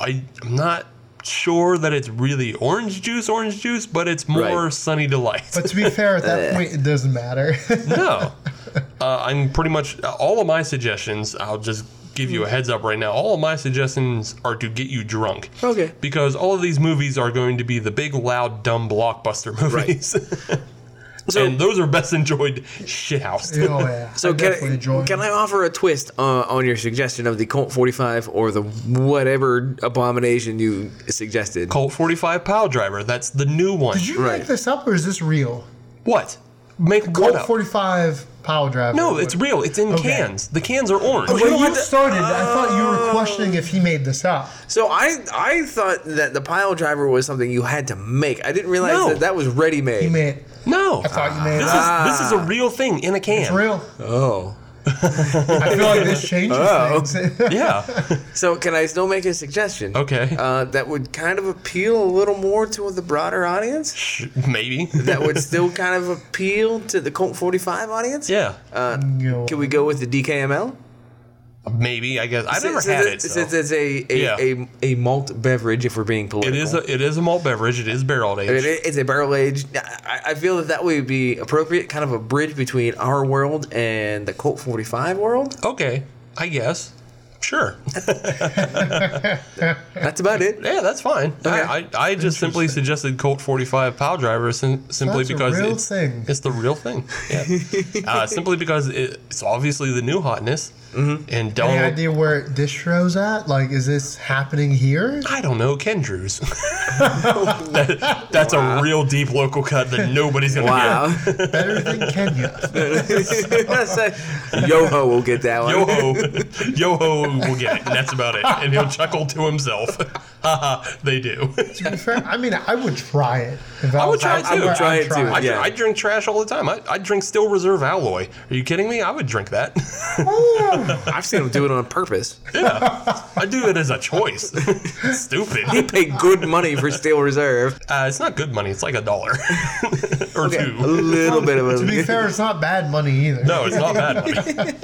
I, I'm not sure that it's really orange juice, orange juice, but it's more
Right.
Sunny Delight.
But to be fair, at that point, it doesn't matter.
no. Uh, I'm pretty much all of my suggestions. I'll just give
Hmm.
you a heads up right now. All of my suggestions are to get you drunk.
Okay.
Because all of these movies are going to be the big, loud, dumb blockbuster movies.
So-
and those are best enjoyed shithoused.
oh, yeah.
So can
definitely enjoy
I,
it.
can I offer a twist uh, on your suggestion of the Colt 45 or the whatever abomination you suggested?
Colt 45 Pile Driver. That's the new one.
Did you
Right.
make this up or is this real?
what? Make what
Colt
up?
45 power driver.
no, it's real. It's in
Okay.
cans. The cans are
Oh,
orange.
Oh, When you started, I thought you were questioning if he made this up.
So I I thought that the pile driver was something you had to make. I didn't realize
No.
that that was ready made.
He made.
no.
I thought you made it
Ah.
up.
this, is, this is a real thing in a can.
It's real.
oh.
I feel like this changes things.
Yeah.
So can I still make a suggestion?
Okay.
Uh, that would kind of appeal a little more to the broader audience.
Sh- Maybe.
That would still kind of appeal to the Colt 45 audience.
yeah.
Uh, can we go with the DKML?
Maybe. I guess I've never
Since
had it.
it's-
so.
Since it's a a,
Yeah.
a a malt beverage, if we're being
It
political,
is. A, it is a malt beverage. It is barrel aged.
It is- it's a barrel aged. I, I feel that that would be appropriate, kind of a bridge between our world and the Colt 45 world.
Okay. I guess. Sure.
That's about it.
Yeah, that's fine. I, I, I just simply suggested Colt 45 Power Driver sim- simply
That's a
because
real
it's,
thing.
it's the real thing. Yeah. uh, simply because it, it's obviously the new hotness. And don't.
Mm-hmm. Any idea where this show's at? Like, is this happening here?
I don't know, Ken Drews. That- that's a real deep local cut that nobody's going to
Wow.
Better than Kenya.
so, Yoho will get that one.
get. Yoho, Yoho will get it. And that's about it. And he'll chuckle to himself. Haha, they do.
to be fair, I mean, I would try it. If
I would
was
try
out
it too.
there,
I would
try
I'd
it too.
I,
it.
dr-
Yeah.
I drink trash all the time. I, I drink Still Reserve Alloy. Are you kidding me? I would drink that.
I've seen him do it on purpose.
I do it as a choice.
He
Stupid.
paid good money for Steel Reserve.
Uh, it's not good money. It's like a dollar or
A
two.
little bit of a.
To be fair, it's not bad money either.
No, it's not bad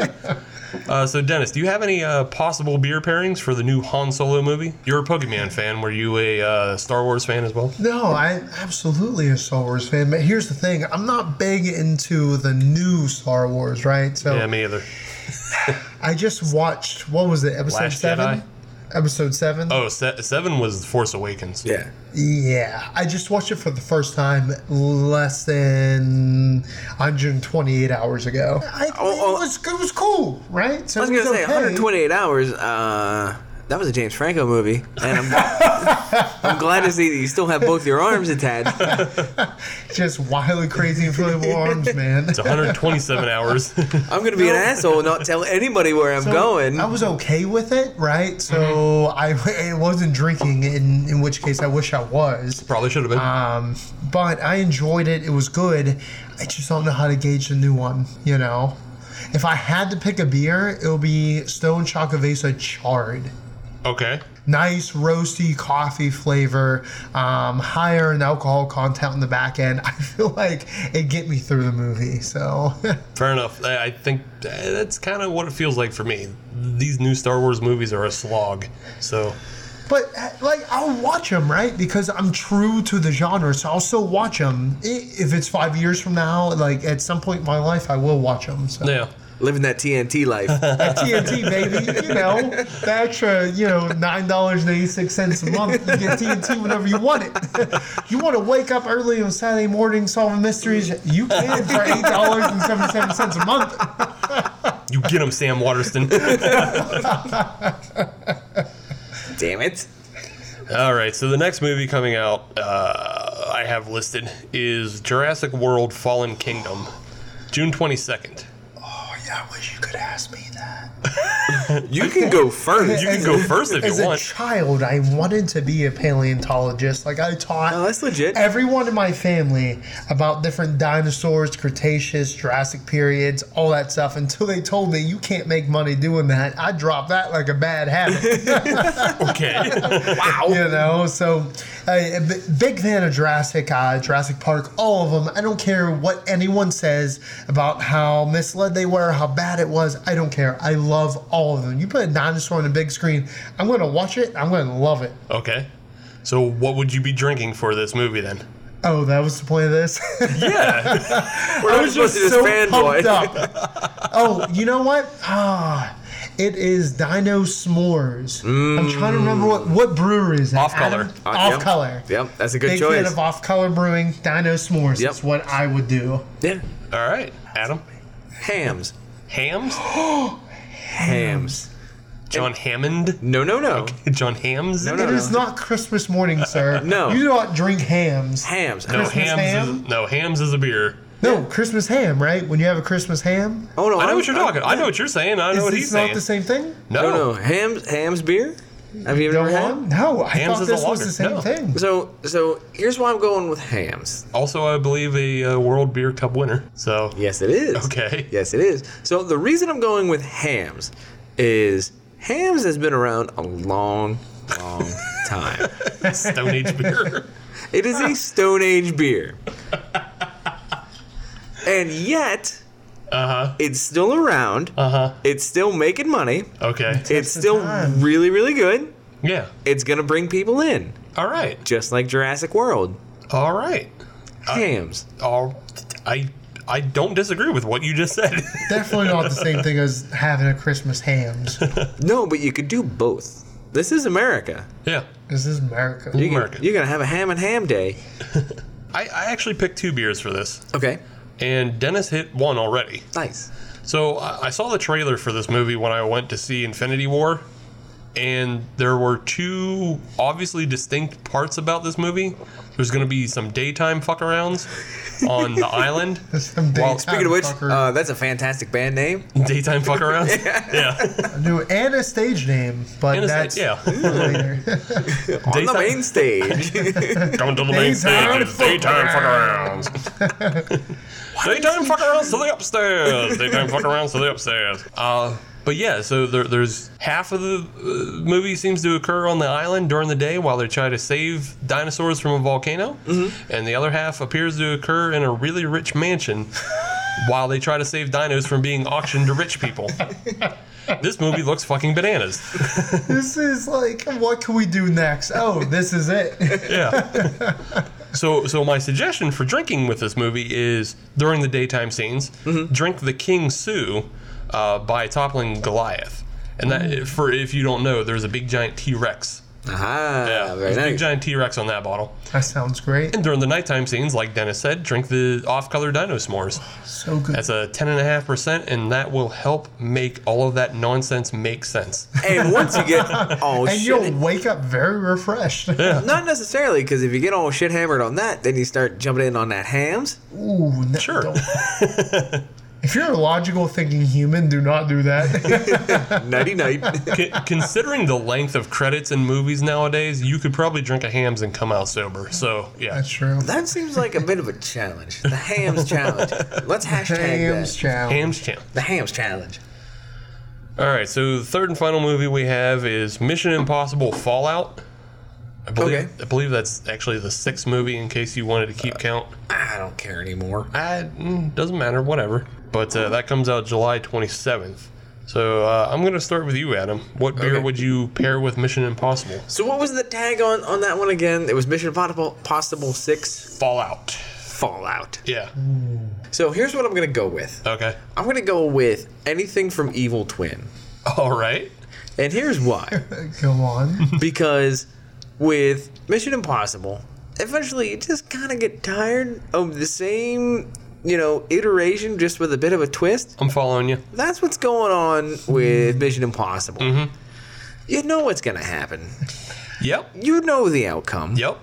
money. Uh, so, Dennis, do you have any uh, possible beer pairings for the new Han Solo movie? You're a Pokemon fan. Were you a uh, Star Wars fan as well?
No, I'm absolutely a Star Wars fan, but here's the thing: I'm not big into the new Star Wars, right? So
Yeah, me either.
I just watched what was it, episode
Last
seven?
Jedi?
Episode seven.
Oh, se- seven was Force Awakens.
yeah.
Yeah, I just watched it for the first time less than 128 hours ago. I,
Oh, oh.
It, was, it was cool, right? So
I was
it
going to say
okay.
128 hours. Uh, that was a James Franco movie. And I'm, I'm glad to see that you still have both your arms attached.
Just wildly crazy inflatable arms, man.
It's 127 hours.
I'm going to be an asshole and not tell anybody where I'm
So
going.
I was okay with it, right? So I, I wasn't drinking, in, in which case I wish I was.
Probably should have been.
Um, but I enjoyed it. It was good. I just don't know how to gauge the new one, you know? If I had to pick a beer, it would be Stone Chocovesa Charred.
okay.
Nice roasty coffee flavor, um, higher in alcohol content in the back end. I feel like it get me through the movie. So
Fair enough. I I think eh, that's kind of what it feels like for me. These new Star Wars movies are a slog. So,
But uh, like, I'll watch them, right? Because I'm true to the genre, so I'll still watch them. If it's five years from now, like at some point in my life, I will watch them. So
yeah.
Living that TNT life.
At TNT, baby, you know, the extra, you know, nine dollars and eighty six cents a month, you get TNT whenever you want it. You want to wake up early on Saturday morning, solving mysteries, you can for eight dollars and seventy seven cents a month.
You get him, Sam Waterston.
Damn it.
All right, so the next movie coming out uh, I have listed is Jurassic World Fallen Kingdom, June 22nd.
Oh yeah, I wish you could ask me that.
You can go first.
You can go first if
As
you
a
want.
child, I wanted to be a paleontologist. Like I taught.
No, Oh, that's legit.
everyone in my family about different dinosaurs, Cretaceous, Jurassic periods, all that stuff until they told me you can't make money doing that. I dropped that like a bad habit,
Okay.
you know. So, I- a b- big fan of Jurassic, uh, Jurassic Park, all of them. I don't care what anyone says about how misled they were, how bad it was. I don't care. I love all of them. You put a dinosaur on a big screen, I'm going to watch it. I'm going to love it.
okay. So what would you be drinking for this movie then?
Oh, that was the point of this.
Yeah.
We're
I
not
was just
supposed to
so
this
pumped
fanboy.
up. Oh, you know what? Ah, it is Dino S'mores. I'm trying to remember what what brewery is that?
Off Color.
Adam-
Uh,
off
yep.
color.
Yep, that's a good
Big fan
choice.
of off color brewing. Dino S'mores.
Yep.
That's what I would do.
Yeah.
All right. Adam.
Hams.
Hams?
Hams.
John Hammond?
No, no, no.
John Hams?
No,
It
no.
is not Christmas morning, sir.
No.
you do not drink hams.
Hams.
No,
Christmas
Hams
ham?
is no, Hams is a beer.
No Christmas ham, right? When you have a Christmas ham,
Oh no.
I know
I'm-
what you're
I'm-
talking. I know what you're saying. I know
is
what
this
he's
not
saying.
the same thing?
No.
No, no. Hams. Hams beer. Have you ever
Don't
had
want-
them?
No, I
Hams
thought
is a
this was
lager.
the same
No.
thing.
So so here's why I'm going with hams.
Also, I believe a uh, World Beer Cup winner. So
Yes, it is.
Okay.
Yes, it is. So the reason I'm going with hams is hams has been around a long, long time.
Stone Age beer.
It is a Stone Age beer. And yet,
Uh-huh.
it's still around.
Uh huh.
It's still making money.
Okay.
It's still
time.
really, really good.
Yeah.
It's going to bring people in,
All right.
just like Jurassic World.
All right. Uh,
Hams.
All. I I don't disagree with what you just said.
Definitely not the same thing as having a Christmas hams.
No, but you could do both. This is America.
yeah.
This is America.
You can-
America.
You're going to have a ham and ham day.
I, I actually picked two beers for this,
Okay.
and Dennis hit one already.
Nice.
So I I saw the trailer for this movie when I went to see Infinity War, and there were two obviously distinct parts about this movie. There's going to be some daytime fuckarounds on the island.
Some
Well,
daytime
Speaking of which,
fucker.
uh, that's a fantastic band name.
Daytime fuckarounds. yeah.
I knew and a stage name, but
And it's-
that's
yeah.
for later.
On the
Daytime-
main stage.
Come to the main stage.
Daytime
It's daytime fuckarounds. daytime fuckarounds to the upstairs. Daytime fuckarounds to the upstairs. Uh, but yeah, so there, there's half of the uh, movie seems to occur on the island during the day while they try to save dinosaurs from a volcano, and the other half appears to occur in a really rich mansion while they try to save dinos from being auctioned to rich people. this movie looks fucking bananas.
this is like, what can we do next? Oh, this is it.
Yeah. So, so my suggestion for drinking with this movie is during the daytime scenes,
Mm-hmm.
drink the King Sue uh, by toppling Goliath, and
Mm.
that for if you don't know, there's a big giant T Rex.
ah,
Yeah,
very
there's a big
nice.
giant T Rex on that bottle.
that sounds great.
And during the nighttime scenes, like Dennis said, drink the off-color Dino S'mores.
So good.
That's a ten and a half percent, and that will help make all of that nonsense make sense.
And once you get all
and
shit
you'll wake up very refreshed.
Not necessarily, because if you get all shit hammered on that, then you start jumping in on that hams.
Ooh, no,
Sure.
don't- If you're a logical thinking human, do not do that.
Nighty night.
C- considering the length of credits in movies nowadays, you could probably drink a hams and come out sober. So yeah,
That's true.
that seems like a bit of a challenge. The hams challenge. Let's hashtag
Hams
that.
challenge.
hams champ.
the hams challenge.
All right, so the third and final movie we have is Mission Impossible Fallout. I believe,
Okay.
I believe that's actually the sixth movie. In case you wanted to keep count,
I don't care anymore.
I, mm, doesn't matter, whatever. But uh, that comes out July 27th. So uh, I'm gonna start with you, Adam. What beer
Okay.
would you pair with Mission Impossible?
So what was the tag on, on that one again? It was Mission Impossible, Possible 6
Fallout.
Fallout.
Yeah.
So here's what I'm going to go with.
Okay.
I'm going to go with anything from Evil Twin.
All right.
And here's why.
Go on.
because with Mission Impossible, eventually you just kind of get tired of the same, you know, iteration just with a bit of a twist.
I'm following you.
That's what's going on with Mission Impossible. You know what's going to happen.
Yep.
You know the outcome.
Yep.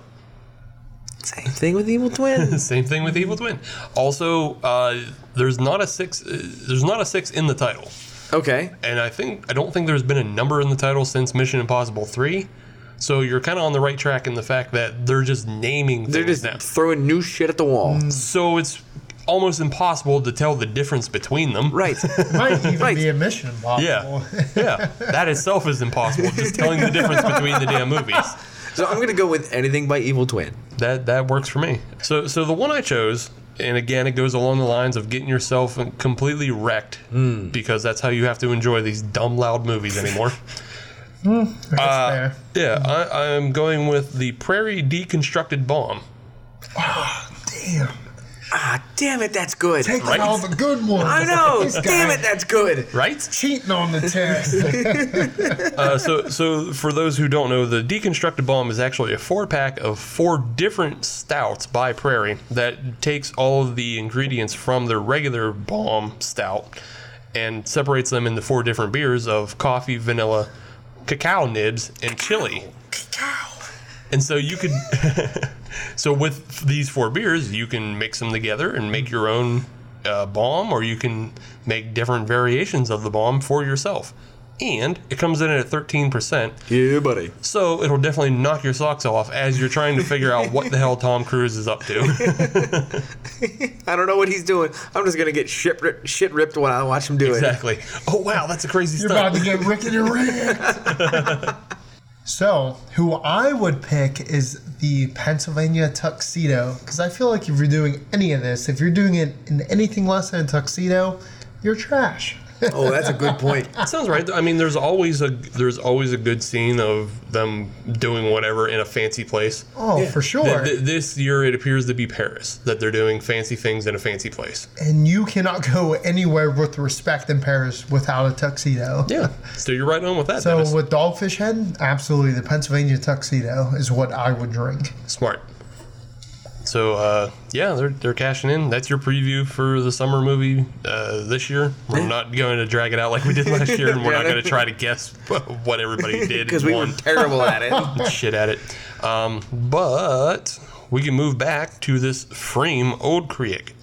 Same thing with Evil Twin.
Same thing with Evil Twin. Also, uh, there's not a six. Uh, there's not a six in the title,
okay.
and I think I don't think there's been a number in the title since Mission Impossible Three. So you're kind of on the right track in the fact that they're just naming
They're
things
just
now. Mm.
throwing new shit at the wall.
So it's almost impossible to tell the difference between them.
Right.
Might even
Right.
be a mission impossible.
Yeah. yeah. That itself is impossible. Just telling the difference between the damn movies.
So I'm going to go with anything by Evil Twin.
that that works for me. So so the one I chose, and again, it goes along the lines of getting yourself completely wrecked
Hmm.
because that's how you have to enjoy these dumb loud movies anymore.
Hmm.
Uh,
That's fair.
yeah, I, I'm going with the Prairie Deconstructed Bomb.
Damn.
Ah, damn it, that's good.
Take
Right?
all the good ones.
I know.
This
Damn
guy
it, that's good.
Right?
Cheating on the test.
Uh, so, so for those who don't know, the deconstructed bomb is actually a four pack of four different stouts by Prairie that takes all of the ingredients from their regular bomb stout and separates them into four different beers of coffee, vanilla, cacao nibs, and chili. And so you could, so with these four beers, you can mix them together and make your own uh, bomb, or you can make different variations of the bomb for yourself. and it comes in at 13%.
Yeah, buddy.
So it'll definitely knock your socks off as you're trying to figure out what the hell Tom Cruise is up to.
I don't know what he's doing. I'm just gonna get shit, ri- shit ripped while I watch him do it.
exactly. Oh wow, that's a crazy
You're
stunt.
about to get rickety ricked. so, who I would pick is the Pennsylvania tuxedo because I feel like if you're doing any of this, if you're doing it in anything less than a tuxedo, you're trash.
Oh, that's a good point.
That sounds right. I mean, there's always a there's always a good scene of them doing whatever in a fancy place.
Oh, for
Th-
sure.
th- this year, it appears to be Paris that they're doing fancy things in a fancy place.
and you cannot go anywhere with respect in Paris without a tuxedo.
Yeah. So you're right on with that.
So
Dennis.
with Dogfish Head, absolutely, the Pennsylvania tuxedo is what I would drink.
Smart. So uh, yeah, they're they're cashing in. That's your preview for the summer movie uh, this year. We're not going to drag it out like we did last year, and we're not going to try to guess what everybody did
Because
and
we were
won.
terrible at it.
shit at it. Um, but we can move back to this frame old creek.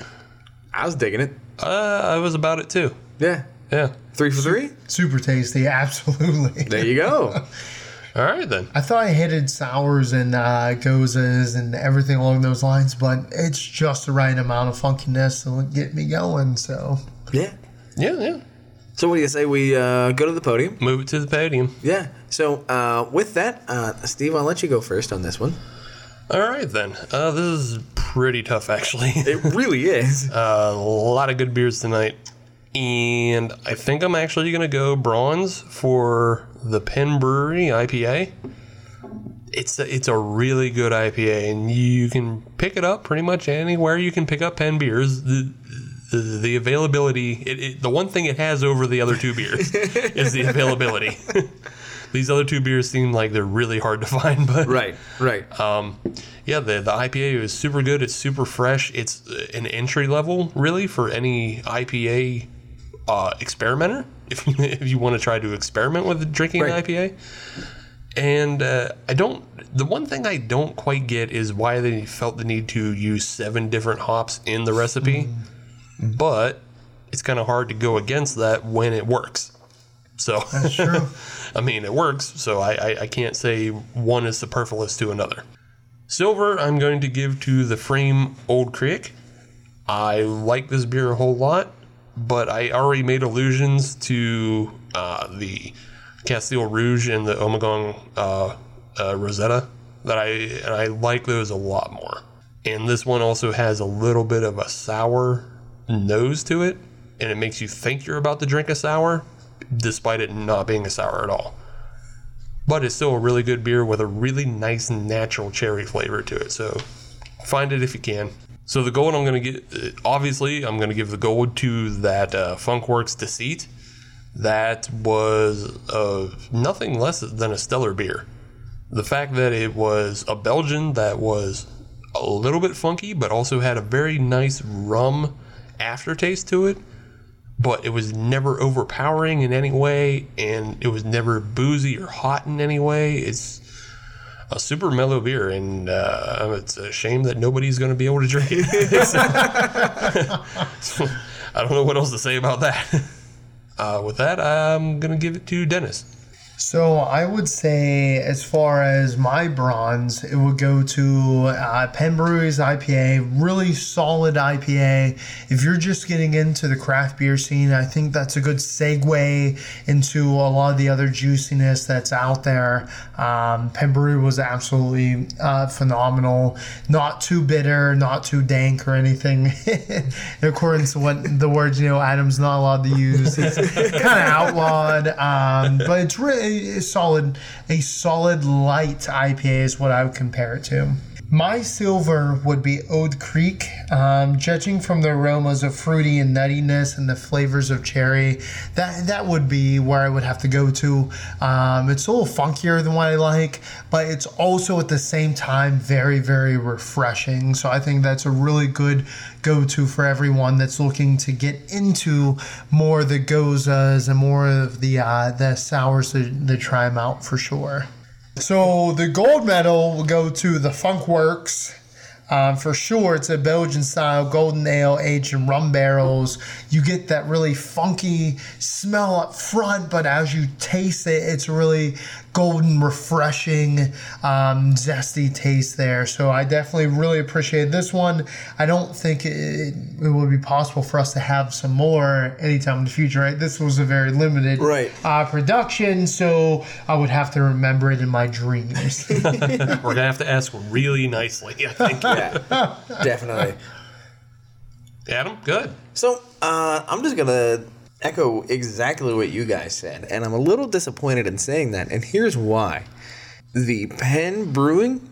I was digging it.
Uh, I was about it too.
Yeah.
Yeah.
Three for three.
Super tasty, absolutely.
There you go.
All right then.
I thought I hated sours and uh, gozas and everything along those lines, but it's just the right amount of funkiness to get me going. So
yeah.
Yeah, yeah.
So what do you say we uh, go to the podium?
Move it to the podium.
Yeah. So uh, with that, uh, Steve, I'll let you go first on this one.
All right then. Uh, this is pretty tough actually.
It really is.
a lot of good beers tonight. And I think I'm actually going to go bronze for the Penn Brewery IPA. It's a, it's a really good IPA, and you can pick it up pretty much anywhere you can pick up Penn beers. The, the, the availability, it, it, the one thing it has over the other two beers is the availability. These other two beers seem like they're really hard to find, but
right. Right.
um, yeah, the, the IPA is super good. It's super fresh. It's uh, an entry level, really, for any IPA uh, experimenter, if, you- if you want to try to experiment with drinking
Right.
an IPA. And uh, I don't, the one thing I don't quite get is why they felt the need to use seven different hops in the recipe, but it's kind of hard to go against that when it works. So,
true.
I mean, it works, so I, I, I can't say one is superfluous to another. Silver, I'm going to give to the Frame Old Creek. I like this beer a whole lot, but I already made allusions to uh, the Castile Rouge and the Omegong uh, uh, Rosetta that I and I like those a lot more. And this one also has a little bit of a sour nose to it, and it makes you think you're about to drink a sour, despite it not being a sour at all. But it's still a really good beer with a really nice natural cherry flavor to it. So find it if you can. So the gold I'm going to get, obviously, I'm going to give the gold to that uh, Funkworks Deceit. That was uh, nothing less than a stellar beer. The fact that it was a Belgian that was a little bit funky, but also had a very nice rum aftertaste to it but it was never overpowering in any way, and it was never boozy or hot in any way. It's a super mellow beer, and uh, it's a shame that nobody's going to be able to drink it. I don't know what else to say about that. Uh, with that, I'm going to give it to Dennis.
So I would say, as far as my bronze, it would go to uh, Penn Brewery's IPA. Really solid IPA. If you're just getting into the craft beer scene, I think that's a good segue into a lot of the other juiciness that's out there. Um, Penn Brewery was absolutely uh, phenomenal. Not too bitter, not too dank or anything. In accordance to what the words you know Adam's not allowed to use. It's kind of outlawed, um, but it's really a solid. A solid light IPA is what I would compare it to. My silver would be Ode Creek. Um, judging from the aromas of fruity and nuttiness and the flavors of cherry, that that would be where I would have to go to. Um, it's a little funkier than what I like, but it's also at the same time very very refreshing. So I think that's a really good go-to for everyone that's looking to get into more of the gozas and more of the uh, the sours to, to try them out for sure. So the gold medal will go to the Funkworks. Um, for sure, it's a Belgian style golden ale aged in rum barrels. You get that really funky smell up front, but as you taste it, it's really golden, refreshing, um, zesty taste there. So I definitely really appreciate this one. I don't think it, it, it would be possible for us to have some more anytime in the future, right? This was a very limited
Right.
uh, production, so I would have to remember it in my dreams.
We're gonna have to ask really nicely. I think.
Yeah, definitely.
Adam, good.
So uh, I'm just gonna echo exactly what you guys said, and I'm a little disappointed in saying that, and here's why: the Penn Brewing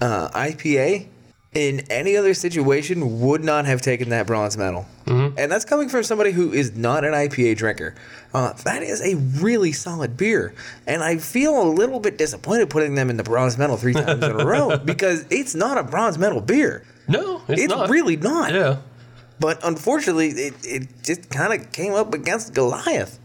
uh, IPA in any other situation would not have taken that bronze medal,
Mm-hmm.
and that's coming from somebody who is not an IPA drinker. Uh, that is a really solid beer, and I feel a little bit disappointed putting them in the bronze medal three times in a row because it's not a bronze medal beer.
No, it's,
It's
not.
really not.
Yeah.
But unfortunately, it, it just kind of came up against Goliath.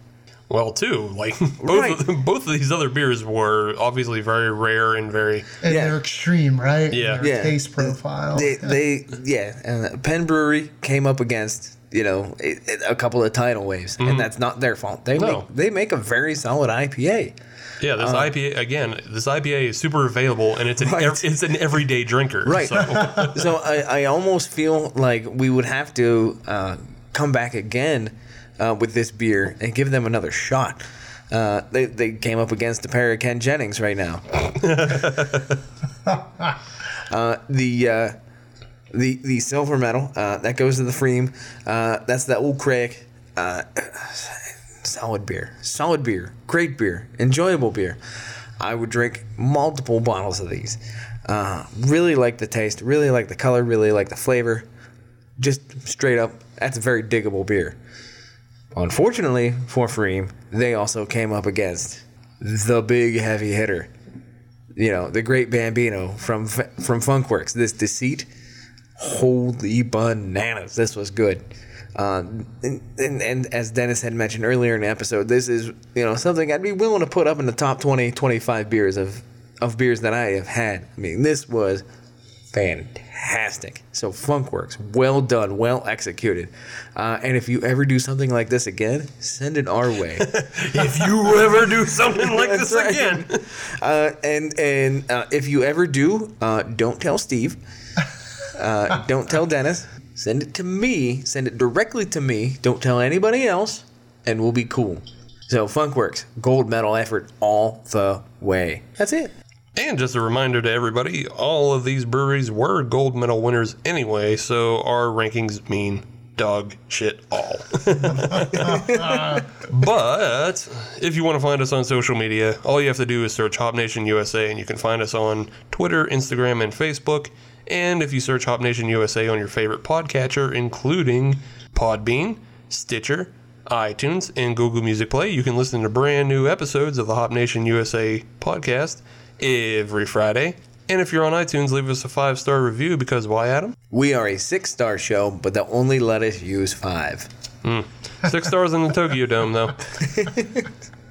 Well, too, like both
Right.
of, them- both of these other beers were obviously very rare and very
and
Yeah.
they're extreme, right?
Yeah.
Their
Yeah.
Taste profile.
They,
Yeah.
they yeah, and uh, Penn Brewery came up against you know it, it- a couple of tidal waves, and that's not their fault. They
No.
make they make a very solid IPA.
yeah. This IPA again. This IPA is super available and it's an
Uh, Right.
ev- it's an everyday drinker.
Right.
So,
so I, I almost feel like we would have to uh, come back again uh, with this beer and give them another shot. Uh, they, they came up against a pair of Ken Jennings right now. uh, the uh, the the silver medal uh, that goes to the Freem. Uh, that's that old crack. Uh, solid beer, solid beer, great beer, enjoyable beer. I would drink multiple bottles of these. Uh, really like the taste, really like the color, really like the flavor. Just straight up, that's a very diggable beer. Unfortunately for Freem, they also came up against the big heavy hitter, you know, the great Bambino from F- from Funkworks. This deceit, holy bananas! This was good. Uh, and, and, and as Dennis had mentioned earlier in the episode, this is you know something I'd be willing to put up in the top 20, 25 beers of of beers that I have had. I mean, this was fantastic. So Funkworks, well done, well executed. Uh, and if you ever do something like this again, send it our way.
if you ever do something like this
That's right.
again,
Uh, and and uh, if you ever do, uh, don't tell Steve. Uh, don't tell Dennis. Send it to me. Send it directly to me. Don't tell anybody else, and we'll be cool. So Funkworks, gold medal effort all the way. That's it.
And just a reminder to everybody, all of these breweries were gold medal winners anyway, so our rankings mean dog shit all. but if you want to find us on social media, all you have to do is search Hop Nation USA, and you can find us on Twitter, Instagram, and Facebook. And if you search Hop Nation USA on your favorite podcatcher, including Podbean, Stitcher, iTunes, and Google Music Play, you can listen to brand new episodes of the Hop Nation USA podcast every Friday. And if you're on iTunes, leave us a five star review because why, Adam?
We are a six-star show, but they'll only let us use five.
Six stars in the Tokyo Dome, though.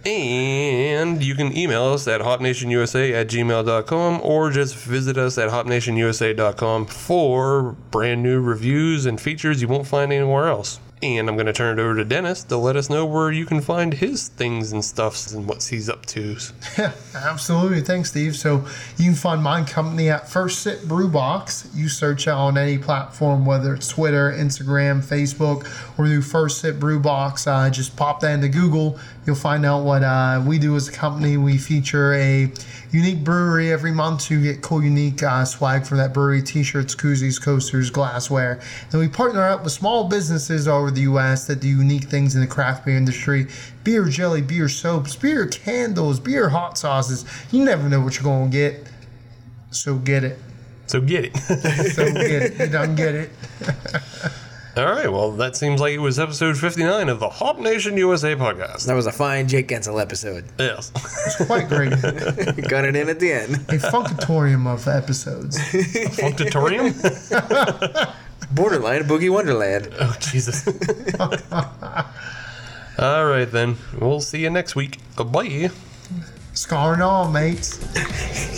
and you can email us at hopnationusa at gmail.com or just visit us at hopnationusa.com for brand new reviews and features you won't find anywhere else. And I'm going to turn it over to Dennis to let us know where you can find his things and stuffs and what he's up to.
Absolutely. Thanks, Steve. So you can find my company at First Sip Brew Box. You search out on any platform, whether it's Twitter, Instagram, Facebook, or do First Sip Brew Box. Uh, just pop that into Google. You'll find out what uh, we do as a company. We feature a unique brewery every month. So you get cool, unique uh, swag from that brewery t shirts, koozies, coasters, glassware. And we partner up with small businesses all over the U.S. that do unique things in the craft beer industry beer jelly, beer soaps, beer candles, beer hot sauces. You never know what you're going to get. So get it.
So get it.
So get it. You don't get it.
All right. Well, that seems like it was episode 59 of the Hop Nation USA podcast.
That was a fine Jake Gensel episode.
Yes.
It's quite great. A
Got it in at the end.
funkatorium of episodes.
Functatorium?
Borderline Boogie Wonderland.
Oh, Jesus. All right, then. We'll see you next week. Bye.
Scarring on, mates.